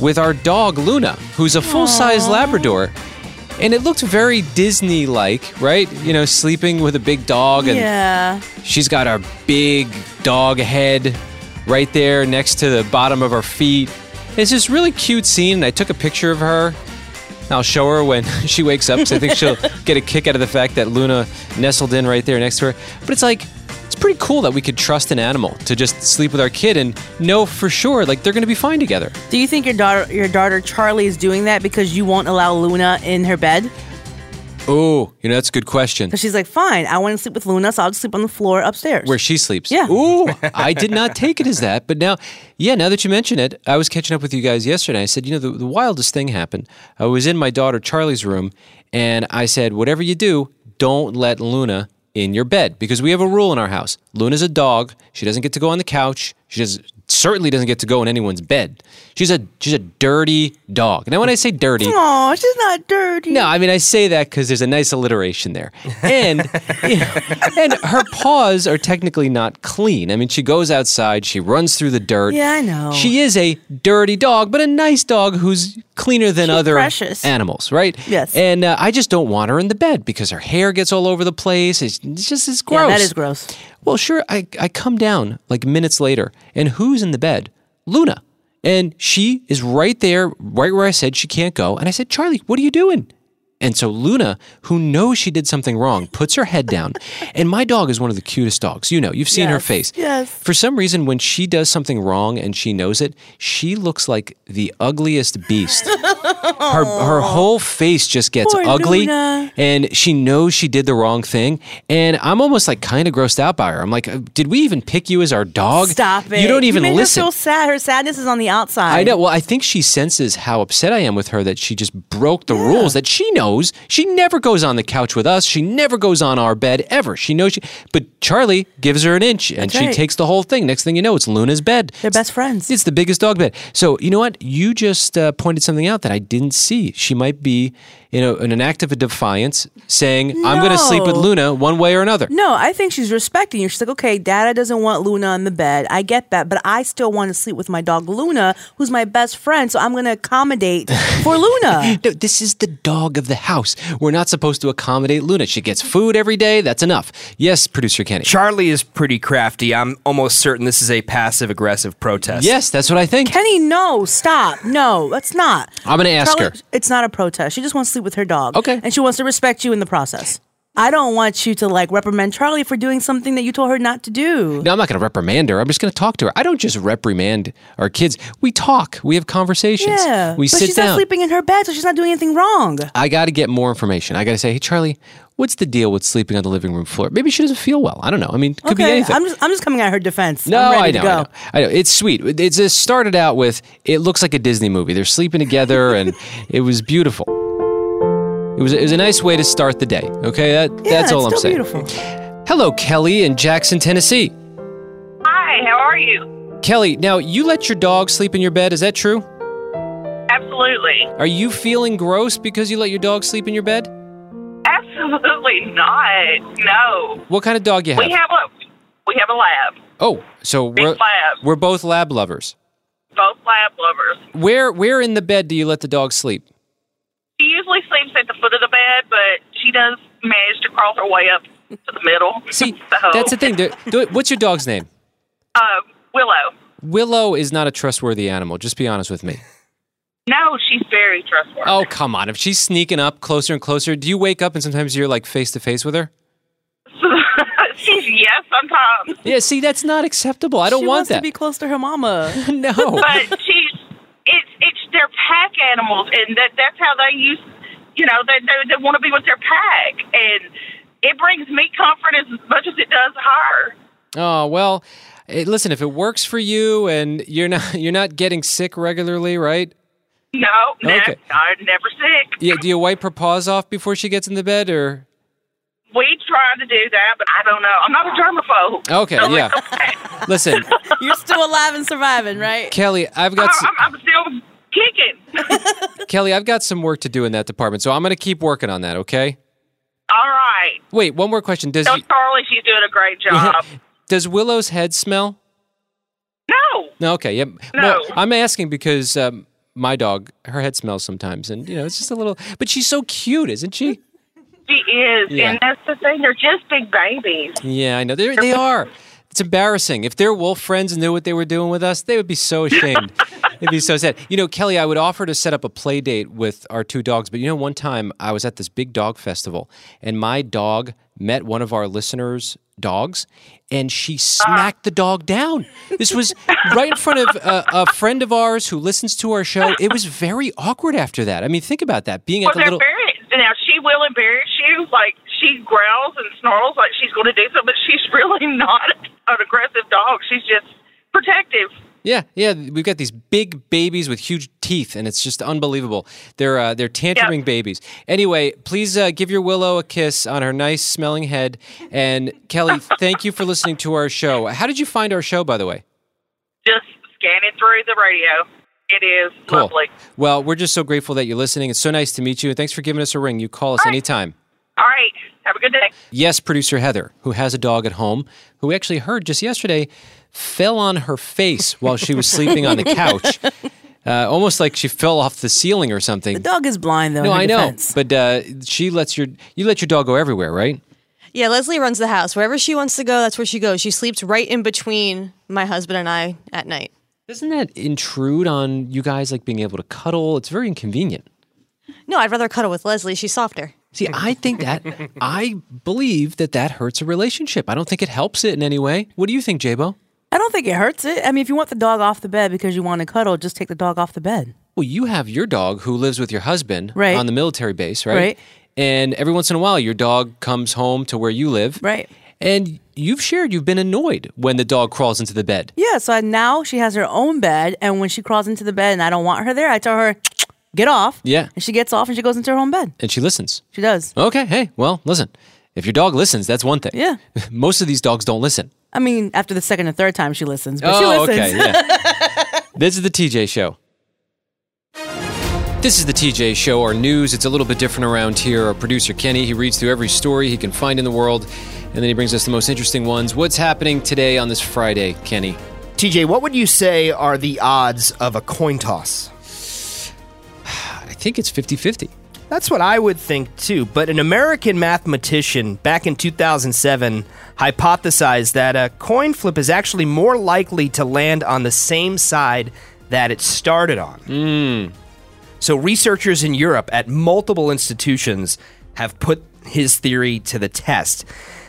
[SPEAKER 1] with our dog Luna, who's a full-size Labrador. And it looked very Disney-like, right? You know, sleeping with a big dog, and
[SPEAKER 2] Yeah.
[SPEAKER 1] she's got our big dog head right there next to the bottom of her feet. It's this really cute scene, and I took a picture of her. I'll show her when (laughs) she wakes up 'cause I think (laughs) she'll get a kick out of the fact that Luna nestled in right there next to her. But it's like, it's pretty cool that we could trust an animal to just sleep with our kid and know for sure, like, they're going to be fine together.
[SPEAKER 2] Do you think your daughter, your daughter Charlie, is doing that because you won't allow Luna in her bed?
[SPEAKER 1] Oh, you know, that's a good question.
[SPEAKER 2] So she's like, fine, I want to sleep with Luna, so I'll just sleep on the floor upstairs.
[SPEAKER 1] Where she sleeps.
[SPEAKER 2] Yeah.
[SPEAKER 1] Ooh, I did not take it as that, but now, yeah, now that you mention it, I was catching up with you guys yesterday. I said, you know, the, the wildest thing happened. I was in my daughter Charlie's room, and I said, whatever you do, don't let Luna in your bed because we have a rule in our house. Luna's a dog. She doesn't get to go on the couch. She does certainly doesn't get to go in anyone's bed. She's a she's a dirty dog. Now, when I say dirty,
[SPEAKER 2] Aw, she's not dirty.
[SPEAKER 1] no, I mean I say that because there's a nice alliteration there, and (laughs) you know, and her paws are technically not clean. I mean, she goes outside, she runs through the dirt.
[SPEAKER 2] Yeah, I know.
[SPEAKER 1] She is a dirty dog, but a nice dog who's cleaner than other
[SPEAKER 2] precious.
[SPEAKER 1] animals, right? Yes. And uh, I just don't want her in the bed because her hair gets all over the place. It's, it's just it's gross.
[SPEAKER 2] Yeah, that is gross.
[SPEAKER 1] Well, sure. I, I come down like minutes later, and who's in the bed? Luna. And she is right there, right where I said she can't go. And I said, Charlie, what are you doing? And so Luna, who knows she did something wrong, puts her head
[SPEAKER 2] (laughs)
[SPEAKER 1] down. and my dog is one of the cutest dogs. You know, you've seen her
[SPEAKER 2] Yes,
[SPEAKER 1] face.
[SPEAKER 2] yes.
[SPEAKER 1] For some reason, when she does something wrong and she knows it, she looks like the ugliest
[SPEAKER 2] (laughs)
[SPEAKER 1] beast. her her whole face just gets
[SPEAKER 2] Poor
[SPEAKER 1] ugly
[SPEAKER 2] Luna.
[SPEAKER 1] and she knows she did the wrong thing and i'm almost like kind of grossed out by her i'm like "Uh, did we even pick you as our dog
[SPEAKER 2] Stop it.
[SPEAKER 1] you don't even
[SPEAKER 2] you made
[SPEAKER 1] listen
[SPEAKER 2] Her feel sad. Her sadness is on the outside.
[SPEAKER 1] I know. Well, I think she senses how upset I am with her that she just broke the rules that she knows. She never goes on the couch with us. She never goes on our bed ever. She knows she. But Charlie gives her an inch, and
[SPEAKER 2] That's
[SPEAKER 1] she
[SPEAKER 2] right.
[SPEAKER 1] takes the whole thing. Next thing you know, it's Luna's bed. They're
[SPEAKER 2] best friends.
[SPEAKER 1] It's the biggest dog bed. So you know what? You just uh, pointed something out that I didn't see. She might be, you know, in an act of defiance, saying, "I'm going to sleep with
[SPEAKER 2] No.
[SPEAKER 1] Luna one way or another."
[SPEAKER 2] No, I think she's respecting you. She's like, okay, Dada doesn't want Luna in the bed. I get that, but I still want to sleep with my dog Luna, who's my best friend. So I'm going
[SPEAKER 1] (laughs)
[SPEAKER 2] to accommodate for Luna.
[SPEAKER 1] No, this is the dog of the house. We're not supposed to accommodate Luna. She gets food every day. That's enough. Yes, producer Kenny.
[SPEAKER 6] Charlie is pretty crafty. I'm almost certain this is a passive aggressive protest.
[SPEAKER 1] Yes, that's what I think.
[SPEAKER 2] Kenny, no, stop. No, that's not.
[SPEAKER 1] I'm gonna ask
[SPEAKER 2] Charlie-
[SPEAKER 1] her.
[SPEAKER 2] It's not a protest. She just wants to sleep with her dog.
[SPEAKER 1] Okay.
[SPEAKER 2] And she wants to respect you in the process. I don't want you to like reprimand Charlie for doing something that you told her not to do.
[SPEAKER 1] No, I'm not going to reprimand her. I'm just going to talk to her. I don't just reprimand our kids. We talk. We have conversations.
[SPEAKER 2] Yeah.
[SPEAKER 1] We
[SPEAKER 2] but
[SPEAKER 1] sit
[SPEAKER 2] she's
[SPEAKER 1] down.
[SPEAKER 2] not sleeping in her bed, so she's not doing anything wrong.
[SPEAKER 1] I got to get more information. I got to say, hey, Charlie, what's the deal with sleeping on the living room floor? Maybe she doesn't feel well. I don't know. I mean, it could be
[SPEAKER 2] okay.
[SPEAKER 1] anything.
[SPEAKER 2] I'm just I'm just coming at her defense.
[SPEAKER 1] no,
[SPEAKER 2] I'm ready
[SPEAKER 1] I
[SPEAKER 2] to
[SPEAKER 1] know,
[SPEAKER 2] go.
[SPEAKER 1] I know. I know. It's sweet. It just started out with it looks like a Disney movie. They're sleeping together, and it was beautiful. It was, it was a nice way to start the day. Okay, that,
[SPEAKER 12] Yeah,
[SPEAKER 1] that's all
[SPEAKER 12] it's
[SPEAKER 1] I'm
[SPEAKER 12] still
[SPEAKER 1] saying.
[SPEAKER 12] beautiful.
[SPEAKER 1] Hello, Kelly in Jackson, Tennessee.
[SPEAKER 12] Hi, how are you?
[SPEAKER 1] Kelly, now you let your dog sleep in your bed. Is that true?
[SPEAKER 12] Absolutely.
[SPEAKER 1] Are you feeling gross because you let your dog sleep in your bed?
[SPEAKER 12] Absolutely not. No.
[SPEAKER 1] What kind of dog you have?
[SPEAKER 12] We have a we have a lab.
[SPEAKER 1] oh, so
[SPEAKER 12] Big
[SPEAKER 1] we're
[SPEAKER 12] lab.
[SPEAKER 1] we're both lab lovers.
[SPEAKER 12] Both lab lovers.
[SPEAKER 1] Where where in the bed do you let the dog sleep?
[SPEAKER 12] She usually sleeps at the foot of the bed, but she does manage to crawl her way up to the middle.
[SPEAKER 1] See,
[SPEAKER 2] (laughs)
[SPEAKER 12] so,
[SPEAKER 1] That's the thing. Do- do- what's your dog's name?
[SPEAKER 12] Uh, Willow.
[SPEAKER 1] Willow is not a trustworthy animal. Just be honest with me.
[SPEAKER 12] No, she's very trustworthy.
[SPEAKER 1] Oh come on! If she's sneaking up closer and closer, do you wake up and sometimes you're like face to face with her? Oh.
[SPEAKER 12] she's (laughs) yes sometimes.
[SPEAKER 1] Yeah. See, that's not acceptable. I don't
[SPEAKER 2] she
[SPEAKER 1] want
[SPEAKER 2] wants
[SPEAKER 1] that.
[SPEAKER 2] to be close to her mama.
[SPEAKER 1] (laughs)
[SPEAKER 2] (laughs)
[SPEAKER 1] no. (laughs)
[SPEAKER 12] But she's it's it's their pack animals, and that that's how they use. You know, they they, they want to be with their pack, and it brings me comfort as much as it does her.
[SPEAKER 1] Oh well, eh, listen. If it works for you and you're not (laughs) you're not getting sick regularly, right?
[SPEAKER 12] No, no,
[SPEAKER 1] Okay.
[SPEAKER 12] I'm never sick.
[SPEAKER 1] Yeah. Do you wipe her paws off before she gets in the bed, or
[SPEAKER 12] We try to do that, but I don't know. I'm not a germaphobe.
[SPEAKER 1] okay?
[SPEAKER 12] (laughs)
[SPEAKER 1] Yeah.
[SPEAKER 2] (laughs)
[SPEAKER 1] Listen,
[SPEAKER 2] You're still alive and surviving, right?
[SPEAKER 1] Kelly, I've got
[SPEAKER 2] Um,
[SPEAKER 1] some,
[SPEAKER 12] I'm still kicking.
[SPEAKER 1] Kelly, I've got some work to do in that department, so I'm gonna keep working on that. Okay.
[SPEAKER 12] All right.
[SPEAKER 1] Wait, one more question. Does
[SPEAKER 12] Tell (laughs) Charlie she's doing a great job.
[SPEAKER 1] does Willow's head smell?
[SPEAKER 12] no.
[SPEAKER 1] No. Okay. Yep.
[SPEAKER 12] No.
[SPEAKER 1] Well, I'm asking because um, my dog, her head smells sometimes, and you know it's just a little. But she's so cute, isn't she?
[SPEAKER 12] She is,
[SPEAKER 1] Yeah.
[SPEAKER 12] and that's the thing. They're just big babies.
[SPEAKER 1] Yeah, I know. They're, they are. It's embarrassing. If their wolf friends knew what they were doing with us, they would be so (laughs) ashamed. It'd be so sad. You know, Kelly, I would offer to set up a play date with our two dogs, but you know, one time I was at this big dog festival and my dog met one of our listeners' dogs and she smacked the dog down. This was right in front of a, a friend of ours who listens to our show. It was very awkward after that. I mean, think about that. Being
[SPEAKER 12] Well,
[SPEAKER 1] at the
[SPEAKER 12] they're
[SPEAKER 1] little.
[SPEAKER 12] very. Now she will embarrass you you. Like she growls and snarls like she's going to do something, but she's (laughs) really not an aggressive dog. She's just protective.
[SPEAKER 1] Yeah, yeah, we've got these big babies with huge teeth, and it's just unbelievable. They're uh, they're tantruming babies. Anyway, please uh, give your Willow a kiss on her nice smelling head. And Kelly, thank you for listening to our show. How did you find our show, by the way?
[SPEAKER 12] Just scanning through the radio. It is lovely.
[SPEAKER 1] Well, we're just so grateful that you're listening. It's so nice to meet you, and thanks for giving us a ring. You call us anytime.
[SPEAKER 12] All right. Have a good day.
[SPEAKER 1] Yes, producer Heather, who has a dog at home, who we actually heard just yesterday fell on her face while she was sleeping on the couch. Uh, almost like she fell off the ceiling or something. The
[SPEAKER 2] dog is blind, though.
[SPEAKER 1] No,
[SPEAKER 2] in her
[SPEAKER 1] I know,
[SPEAKER 2] defense.
[SPEAKER 1] but uh, she lets your you let your dog go everywhere, right?
[SPEAKER 16] Yeah, Leslie runs the house. Wherever she wants to go, that's where she goes. She sleeps right in between my husband and I at night.
[SPEAKER 1] Doesn't that intrude on you guys like being able to cuddle? It's very inconvenient.
[SPEAKER 16] No, I'd rather cuddle with Leslie. She's softer.
[SPEAKER 1] See, I think (laughs) that I believe that that hurts a relationship. I don't think it helps it in any way. What do you think, Jabo?
[SPEAKER 2] I don't think it hurts it. I mean, if you want the dog off the bed because you want to cuddle, just take the dog off the bed.
[SPEAKER 1] Well, you have your dog who lives with your husband
[SPEAKER 2] Right.
[SPEAKER 1] on the military base, right?
[SPEAKER 2] Right.
[SPEAKER 1] And every once in a while, your dog comes home to where you live. Right. And you've shared you've been annoyed when the dog crawls into the bed.
[SPEAKER 2] Yeah, so I- now she has her own bed, and when she crawls into the bed and I don't want her there, I tell her, get off.
[SPEAKER 1] Yeah.
[SPEAKER 2] And she gets off and she goes into her own bed.
[SPEAKER 1] And she listens.
[SPEAKER 2] She does.
[SPEAKER 1] Okay. Hey, well, listen. If your dog listens, that's one thing.
[SPEAKER 2] Yeah.
[SPEAKER 1] (laughs) Most of these dogs don't listen.
[SPEAKER 2] I mean, after the second or third time, she listens, but she
[SPEAKER 1] Oh,
[SPEAKER 2] listens.
[SPEAKER 1] okay, This is the TJ Show. This is the TJ Show, our news. It's a little bit different around here. Our producer, Kenny, he reads through every story he can find in the world, and then he brings us the most interesting ones. What's happening today on this Friday, Kenny?
[SPEAKER 6] TJ, what would you say are the odds of a coin toss?
[SPEAKER 1] I think it's 50 50.
[SPEAKER 6] That's what I would think too. But an American mathematician back in 2007 hypothesized that a coin flip is actually more likely to land on the same side that it started on. So, researchers in Europe at multiple institutions have put his theory to the test.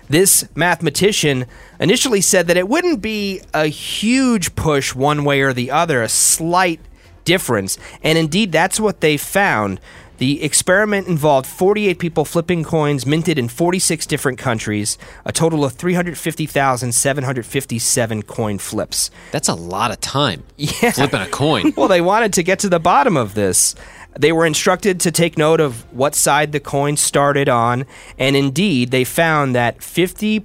[SPEAKER 6] This mathematician initially said that it wouldn't be a huge push one way or the other, a slight difference. And indeed, that's what they found. The experiment involved 48 people flipping coins minted in 46 different countries, a total of 350,757 coin flips.
[SPEAKER 1] That's a lot of time
[SPEAKER 6] yeah.
[SPEAKER 1] flipping a
[SPEAKER 2] (laughs)
[SPEAKER 1] coin.
[SPEAKER 6] (laughs) well, they wanted to get to the bottom of this. They were instructed to take note of what side the coin started on, and indeed, they found that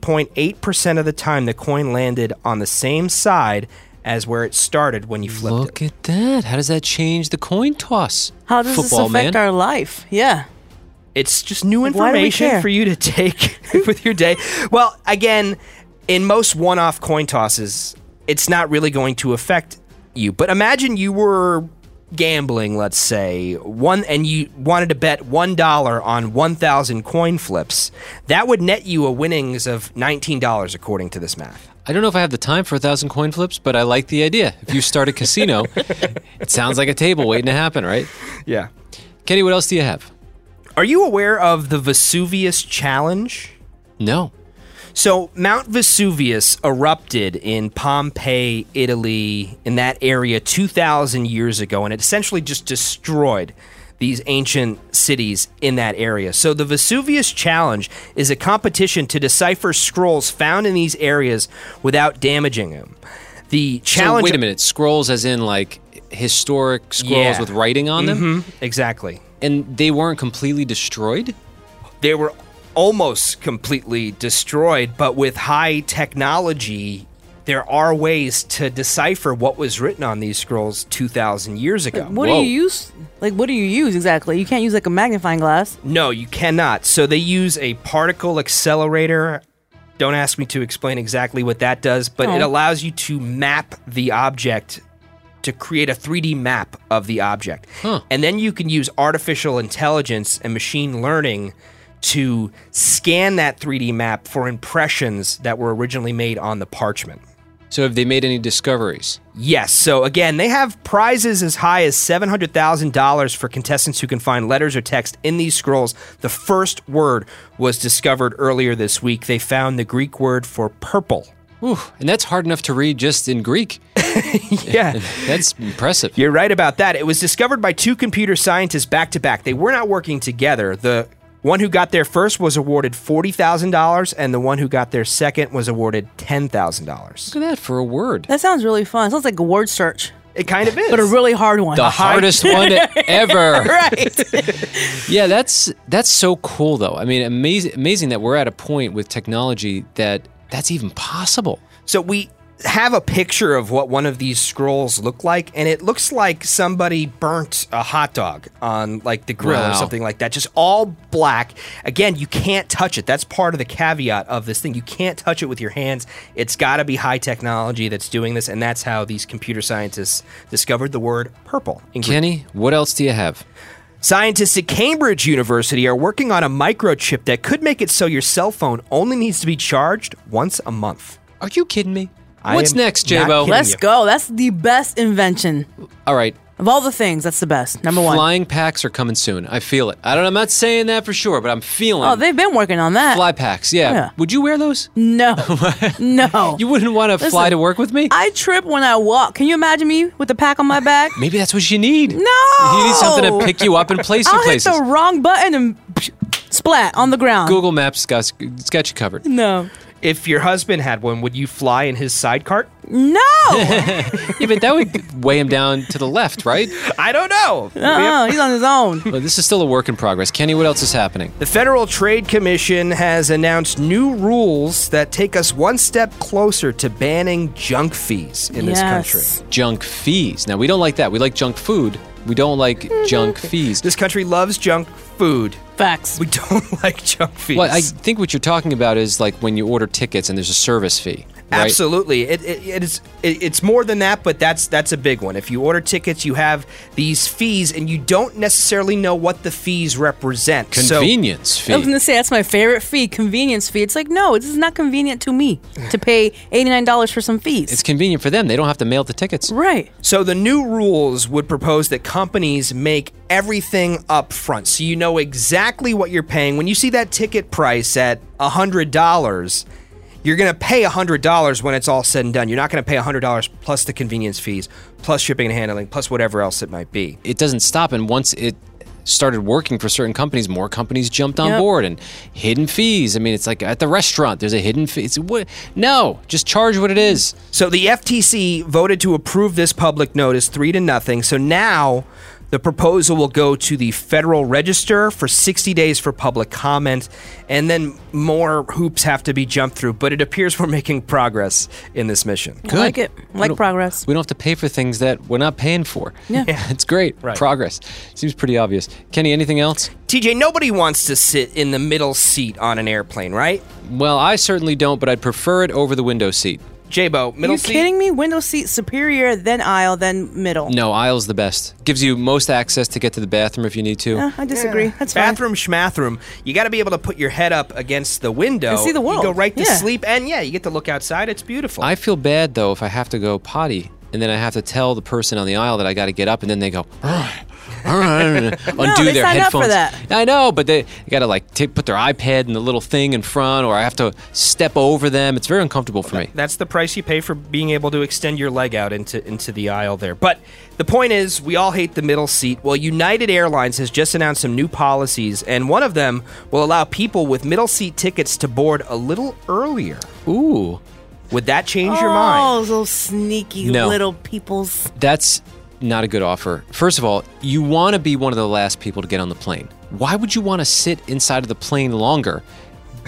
[SPEAKER 6] 50.8% of the time the coin landed on the same side as where it started when you flipped it.
[SPEAKER 1] Look at that. How does that change the coin toss?
[SPEAKER 2] (laughs) How does
[SPEAKER 6] Football
[SPEAKER 2] this affect
[SPEAKER 6] man.
[SPEAKER 2] our life? Yeah.
[SPEAKER 6] It's just new
[SPEAKER 2] Like, why do we
[SPEAKER 6] information
[SPEAKER 2] care?
[SPEAKER 6] for you to (laughs) take with your day. Well, again, in most one off coin tosses, it's not really going to affect you. But imagine you were gambling, let's say, one and you wanted to bet one dollar on one thousand coin flips. That would net you a winnings of nineteen dollars according to this math.
[SPEAKER 1] I don't know if I have the time for a thousand coin flips, but I like the idea. If you start a casino, it sounds like a table waiting to happen, right?
[SPEAKER 6] Yeah.
[SPEAKER 1] Kenny, what else do you have?
[SPEAKER 6] Are you aware of the Vesuvius Challenge?
[SPEAKER 1] No.
[SPEAKER 6] So, Mount Vesuvius erupted in Pompeii, Italy, in that area 2,000 years ago, and it essentially just destroyed these ancient cities in that area. So, the Vesuvius Challenge is a competition to decipher scrolls found in these areas without damaging them. The challenge.
[SPEAKER 1] So wait a minute. Scrolls, as in like historic scrolls
[SPEAKER 6] Yeah.
[SPEAKER 1] with writing on them?
[SPEAKER 6] Mhm, Exactly.
[SPEAKER 1] And they weren't completely destroyed?
[SPEAKER 6] They were almost completely destroyed, but with high technology, there are ways to decipher what was written on these scrolls 2,000 years ago.
[SPEAKER 2] What do you use? Like, what do you use exactly? You can't use like a magnifying glass.
[SPEAKER 6] No, you cannot. So they use a particle accelerator. Don't ask me to explain exactly what that does, but it
[SPEAKER 2] Oh.
[SPEAKER 6] allows you to map the object to create a 3D map of the object. And then you can use artificial intelligence and machine learning to scan that 3D map for impressions that were originally made on the parchment.
[SPEAKER 1] So have they made any discoveries?
[SPEAKER 6] Yes. So again, they have prizes as high as $700,000 for contestants who can find letters or text in these scrolls. The first word was discovered earlier this week. They found the Greek word
[SPEAKER 2] (laughs)
[SPEAKER 6] for purple.
[SPEAKER 1] Whew, and that's hard enough to read just in Greek.
[SPEAKER 6] yeah.
[SPEAKER 1] That's impressive.
[SPEAKER 6] You're right about that. It was discovered by two computer scientists back to back. They were not working together. The One who got there first was awarded $40,000, and the one who got there second was awarded $10,000.
[SPEAKER 1] Look at that for a word.
[SPEAKER 2] That sounds really fun. It sounds like a word search.
[SPEAKER 6] It kind of is.
[SPEAKER 2] But a really hard one. (laughs)
[SPEAKER 1] The hardest one ever. (laughs)
[SPEAKER 2] right.
[SPEAKER 1] yeah, that's that's so cool though. I mean, amazing amazing that we're at a point with technology that that's even possible.
[SPEAKER 6] So we have a picture of what one of these scrolls look like, and it looks like somebody burnt a hot dog on like the grill
[SPEAKER 1] Wow.
[SPEAKER 6] or something like that. Just all black. Again, you can't touch it. That's part of the caveat of this thing. You can't touch it with your hands. It's got to be high technology that's doing this, and that's how these computer scientists discovered the word purple. in Greek.
[SPEAKER 1] Kenny, what else do you have?
[SPEAKER 6] Scientists at Cambridge University are working on a microchip that could make it so your cell phone only needs to be charged once a month.
[SPEAKER 1] Are you kidding me?
[SPEAKER 6] I
[SPEAKER 1] What's
[SPEAKER 6] am
[SPEAKER 1] next, J-Bo?
[SPEAKER 6] not kidding
[SPEAKER 2] Let's
[SPEAKER 6] you.
[SPEAKER 2] go. That's the best invention.
[SPEAKER 1] All right.
[SPEAKER 2] Of all the things, that's the best. Number one.
[SPEAKER 1] Flying packs are coming soon. I feel it. I don't I'm not saying that for sure, but I'm feeling
[SPEAKER 2] Oh, they've been working on that.
[SPEAKER 1] fly packs. Yeah.
[SPEAKER 2] Yeah.
[SPEAKER 1] Would you wear those? (laughs)
[SPEAKER 2] No. no.
[SPEAKER 1] You wouldn't want to fly
[SPEAKER 2] Listen,
[SPEAKER 1] to work with me?
[SPEAKER 2] I trip when I walk. Can you imagine me with the pack on my back?
[SPEAKER 1] Maybe that's what you need. No.
[SPEAKER 2] No.
[SPEAKER 1] You need something to pick you up and place you
[SPEAKER 2] I'll
[SPEAKER 1] places.
[SPEAKER 2] hit the wrong button and psh, splat on the ground.
[SPEAKER 1] Google Maps got it's got you
[SPEAKER 2] (laughs)
[SPEAKER 1] covered.
[SPEAKER 2] No.
[SPEAKER 6] If your husband had one, would you fly in his side cart?
[SPEAKER 2] No.
[SPEAKER 1] (laughs) yeah, but that would weigh him down to the left, right?
[SPEAKER 6] I don't know.
[SPEAKER 2] Uh-uh, he's on his own.
[SPEAKER 1] Well, this is still a work in progress. Kenny, what else is happening?
[SPEAKER 6] The Federal Trade Commission has announced new rules that take us one step closer to banning junk fees in this country.
[SPEAKER 1] Junk fees. Now, we don't like that. We like junk food. We don't like junk fees.
[SPEAKER 6] This country loves junk food. (laughs)
[SPEAKER 2] Facts.
[SPEAKER 6] We don't (laughs) like junk fees.
[SPEAKER 1] Well, I think what you're talking about is like when you order tickets and there's a service fee. Right?
[SPEAKER 6] Absolutely, it, it, it is. It, it's more than that, but that's that's a big one. If you order tickets, you have these fees, and you don't necessarily know what the fees represent. So-
[SPEAKER 1] Convenience
[SPEAKER 2] I was
[SPEAKER 1] fee.
[SPEAKER 2] gonna say that's my favorite fee, convenience fee. It's like no, this is not convenient to me
[SPEAKER 1] (laughs)
[SPEAKER 2] to pay eighty nine dollars for some fees.
[SPEAKER 1] It's convenient for them. They don't have to mail the tickets.
[SPEAKER 2] right.
[SPEAKER 6] So the new rules would propose that companies make everything up front so you know exactly what you're paying. When you see that ticket price at $100, you're going to pay $100 when it's all said and done. You're not going to pay $100 plus the convenience fees, plus shipping and handling, plus whatever else it might be.
[SPEAKER 1] It doesn't stop. And once it started working for certain companies, more companies jumped on
[SPEAKER 2] Yep.
[SPEAKER 1] board and hidden fees. I mean, it's like at the restaurant, there's a hidden fee. It's, what? No, just charge what it is.
[SPEAKER 6] So the FTC voted to approve this public notice 3 to nothing. So now the proposal will go to the Federal Register for 60 days for public comment and then more hoops have to be jumped through, but it appears we're making progress in this mission.
[SPEAKER 2] I like it. I like progress.
[SPEAKER 1] We don't have to pay for things that we're not paying for.
[SPEAKER 2] Yeah.
[SPEAKER 1] (laughs) It's great. Progress. Seems pretty obvious. Kenny, anything else?
[SPEAKER 6] TJ, nobody wants to sit in the middle seat on an airplane, right?
[SPEAKER 1] Well, I certainly don't, but I'd prefer it over the window seat.
[SPEAKER 6] J-Bo,
[SPEAKER 2] Are
[SPEAKER 6] middle
[SPEAKER 2] you
[SPEAKER 6] seat.
[SPEAKER 2] kidding me? Window seat superior, then aisle, then middle.
[SPEAKER 1] No, aisle's the best. Gives you most access to get to the bathroom if you need to.
[SPEAKER 2] Uh, I disagree. That's fine.
[SPEAKER 6] Bathroom, schmathroom. You got to be able to put your head up against the window
[SPEAKER 2] And see the
[SPEAKER 6] You go
[SPEAKER 2] world.
[SPEAKER 6] right to
[SPEAKER 2] Yeah.
[SPEAKER 6] sleep, and yeah, you get to look outside. It's beautiful.
[SPEAKER 1] I feel bad though if I have to go potty and then I have to tell the person on the aisle that I got to get up and then they go, all right, all
[SPEAKER 2] (laughs)
[SPEAKER 1] right, undo
[SPEAKER 2] they
[SPEAKER 1] their
[SPEAKER 2] signed up for
[SPEAKER 1] headphones.
[SPEAKER 2] that.
[SPEAKER 1] I know, but they, got to like t- put their iPad in the little thing in front, or I have to step over them. It's very uncomfortable for me.
[SPEAKER 6] That's the price you pay for being able to extend your leg out into into the aisle there. But the point is, we all hate the middle seat. Well, United Airlines has just announced some new policies, and one of them will allow people with middle seat tickets to board a little earlier.
[SPEAKER 1] Ooh,
[SPEAKER 6] Would that change your mind?
[SPEAKER 2] Oh, those sneaky
[SPEAKER 1] No.
[SPEAKER 2] little peoples.
[SPEAKER 1] that's not a good offer. First of all, you want to be one of the last people to get on the plane. Why would you want to sit inside of the plane longer?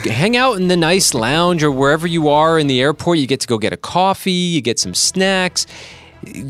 [SPEAKER 1] G- Hang out in the nice lounge or wherever you are in the airport. You get to go get a coffee, you get some snacks.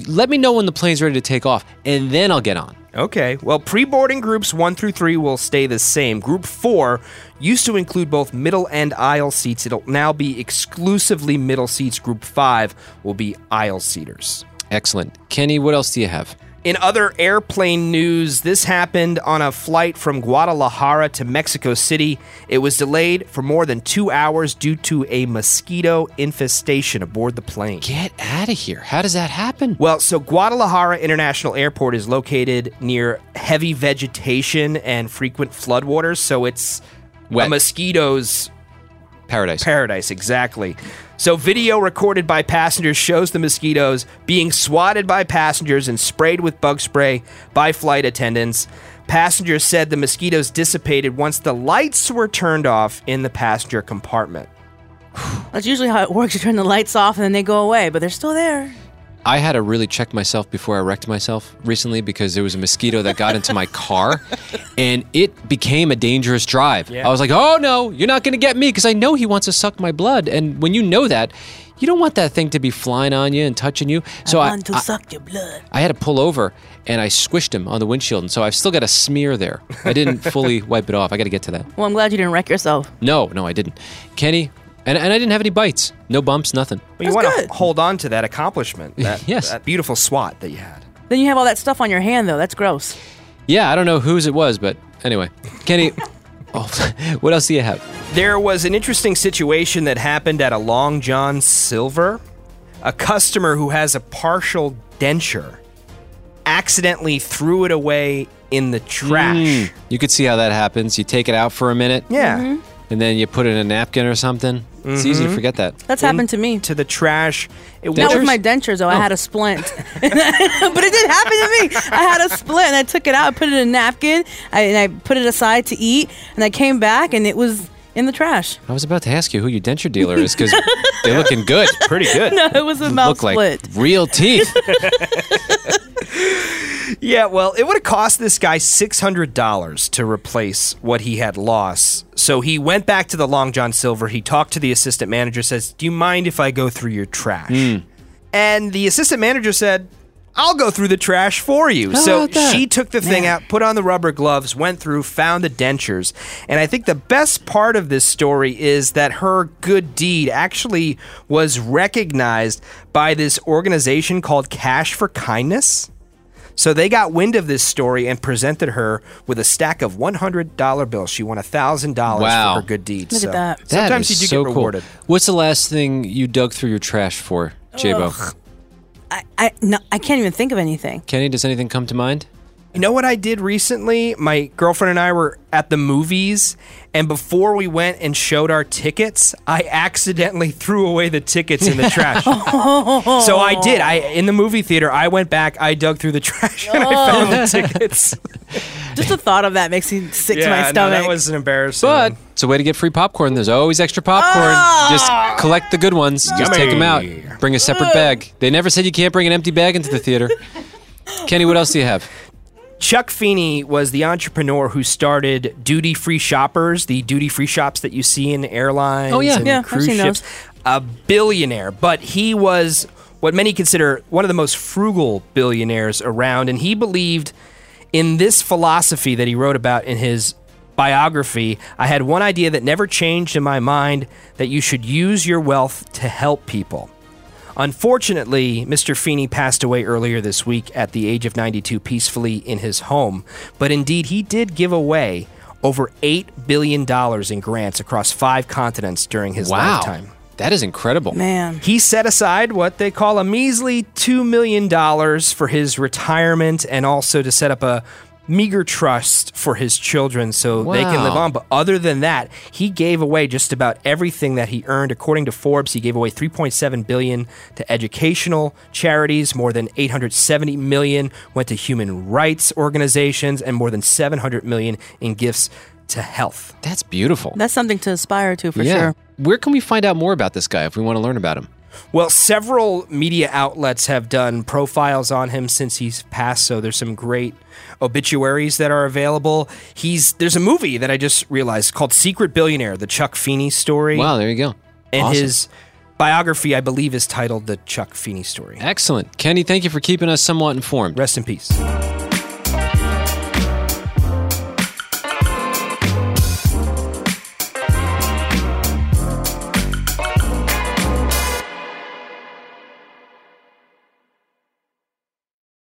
[SPEAKER 1] Let me know when the plane's ready to take off, and then I'll get on.
[SPEAKER 6] Okay. Well, pre-boarding groups 1 through 3 will stay the same. Group 4 used to include both middle and aisle seats. It'll now be exclusively middle seats. Group 5 will be aisle seaters.
[SPEAKER 1] Excellent. Kenny, what else do you have?
[SPEAKER 6] In other airplane news, this happened on a flight from Guadalajara to Mexico City. It was delayed for more than two hours due to a mosquito infestation aboard the plane.
[SPEAKER 1] Get out of here. How does that happen?
[SPEAKER 6] Well, so Guadalajara International Airport is located near heavy vegetation and frequent floodwaters, so it's
[SPEAKER 1] Wet.
[SPEAKER 6] a mosquito's
[SPEAKER 1] Paradise.
[SPEAKER 6] paradise, exactly. So, video recorded by passengers shows the mosquitoes being swatted by passengers and sprayed with bug spray by flight attendants. Passengers said the mosquitoes dissipated once the lights were turned off in the passenger compartment.
[SPEAKER 2] That's usually how it works. You turn the lights off and then they go away, but they're still there.
[SPEAKER 1] I had to really check myself before I wrecked myself recently because there was a mosquito that got into my car and it became a dangerous drive.
[SPEAKER 17] Yeah.
[SPEAKER 1] I was like, oh no, you're not going to get me because I know he wants to suck my blood. And when you know that, you don't want that thing to be flying on you and touching you. So I,
[SPEAKER 2] want to
[SPEAKER 1] I-
[SPEAKER 2] suck your blood.
[SPEAKER 1] I had to pull over and I squished him on the windshield. And so I've still got a smear there. I didn't fully wipe it off. I got to get to that.
[SPEAKER 2] Well, I'm glad you didn't wreck yourself.
[SPEAKER 1] No, no, I didn't. Kenny, and, and I didn't have any bites, no bumps, nothing.
[SPEAKER 6] But you want to hold on to that accomplishment, that,
[SPEAKER 1] Yes.
[SPEAKER 6] that beautiful swat that you had.
[SPEAKER 2] Then you have all that stuff on your hand, though. That's gross.
[SPEAKER 1] Yeah, I don't know whose it was, but anyway, Kenny. (laughs) oh, what else do you have?
[SPEAKER 6] There was an interesting situation that happened at a Long John Silver. A customer who has a partial denture accidentally threw it away in the trash.
[SPEAKER 1] Mm, you could see how that happens. You take it out for a minute.
[SPEAKER 6] Yeah. Mhm.
[SPEAKER 1] And then you put it in a napkin or something. It's easy to
[SPEAKER 6] Mhm.
[SPEAKER 1] forget that.
[SPEAKER 2] That's happened to me.
[SPEAKER 6] To the trash. It
[SPEAKER 2] Not
[SPEAKER 6] was-
[SPEAKER 2] with my dentures, though. I had a splint. (laughs) but it did happen to me. I had a splint and I took it out, I put it in a napkin, I, and I put it aside to eat, and I came back and it was in the trash. (laughs)
[SPEAKER 1] I was about to ask you who your denture dealer is
[SPEAKER 6] (laughs)
[SPEAKER 1] because they're looking good. Pretty
[SPEAKER 2] No, it was a mouth
[SPEAKER 1] Look like
[SPEAKER 2] split.
[SPEAKER 1] real
[SPEAKER 2] (laughs)
[SPEAKER 1] teeth.
[SPEAKER 6] Yeah, well, it would have cost this guy $600 to replace what he had lost. So he went back to the Long John Silver. He talked to the assistant manager, says, Do you mind if I go through your trash? And the assistant manager said, I'll go through the trash for you.
[SPEAKER 7] How
[SPEAKER 6] so
[SPEAKER 7] about that?
[SPEAKER 6] she took the thing out, put on the rubber gloves, went through, found the dentures. And I think the best part of this story is that her good deed actually was recognized by this organization called Cash for Kindness. So they got wind of this story and presented her with a stack of $100 bills. She won $1,000
[SPEAKER 1] Wow.
[SPEAKER 6] for her good deed. so
[SPEAKER 1] That
[SPEAKER 6] Sometimes
[SPEAKER 1] is
[SPEAKER 6] you do
[SPEAKER 1] so
[SPEAKER 6] get
[SPEAKER 1] cool.
[SPEAKER 6] rewarded.
[SPEAKER 1] What's the last thing you dug through your trash for, Jabo?
[SPEAKER 2] Ugh. I, no, I can't even think of anything.
[SPEAKER 1] Kenny, does anything come to mind?
[SPEAKER 6] You know what I did recently? My girlfriend and I were at the movies, and before we went and showed our tickets, I accidentally (laughs) threw away the tickets in the
[SPEAKER 1] (laughs)
[SPEAKER 6] trash.
[SPEAKER 1] Oh.
[SPEAKER 6] So I did. I in the movie theater, I went back, I dug through the (laughs) trash, and I found
[SPEAKER 1] Oh. (laughs)
[SPEAKER 6] the tickets.
[SPEAKER 2] Just the thought of that makes me sick to
[SPEAKER 6] Yeah,
[SPEAKER 2] my
[SPEAKER 6] no,
[SPEAKER 2] stomach.
[SPEAKER 6] that was an embarrassing.
[SPEAKER 1] But it's a way to get free popcorn. There's always extra popcorn.
[SPEAKER 2] Oh.
[SPEAKER 1] Just collect the good ones. Just take them out. Bring a separate bag. They never said you can't bring an empty bag into the
[SPEAKER 2] (laughs)
[SPEAKER 1] theater. Kenny, what else do you have?
[SPEAKER 6] Chuck Feeney was the entrepreneur who started duty free shoppers, the duty free shops that you see in airlines
[SPEAKER 1] Oh, yeah.
[SPEAKER 6] and
[SPEAKER 1] Yeah, I've
[SPEAKER 6] cruise
[SPEAKER 1] seen
[SPEAKER 6] ships.
[SPEAKER 1] those.
[SPEAKER 6] A billionaire, but he was what many consider one of the most frugal billionaires around. And he believed in this philosophy that he wrote about in his biography. I had one idea that never changed in my mind that you should use your wealth to help people. Unfortunately, Mr. Feeney passed away earlier this week at the age of 92 peacefully in his home, but indeed he did give away over $8 billion in grants across five continents during his
[SPEAKER 1] Wow.
[SPEAKER 6] lifetime.
[SPEAKER 1] That is incredible.
[SPEAKER 2] Man.
[SPEAKER 6] He set aside what they call a measly $2 million for his retirement and also to set up a meager trust for his children so they can live
[SPEAKER 7] Wow.
[SPEAKER 6] on. But other than that, he gave away just about everything that he earned. According to Forbes, he gave away 3.7 billion to educational charities, more than 870 million went to human rights organizations, and more than 700 million in gifts to health.
[SPEAKER 1] That's beautiful.
[SPEAKER 2] That's something to aspire to for
[SPEAKER 6] Yeah.
[SPEAKER 2] sure.
[SPEAKER 1] Where can we find out more about this guy if we want to learn about him?
[SPEAKER 6] Well, several media outlets have done profiles on him since he's passed, so there's some great obituaries that are available. He's there's a movie that I just realized called Secret Billionaire, the Chuck Feeney story.
[SPEAKER 1] Wow, there you go.
[SPEAKER 6] And
[SPEAKER 1] Awesome.
[SPEAKER 6] his biography, I believe, is titled The Chuck Feeney Story.
[SPEAKER 1] Excellent. Kenny, thank you for keeping us somewhat informed.
[SPEAKER 6] Rest in peace.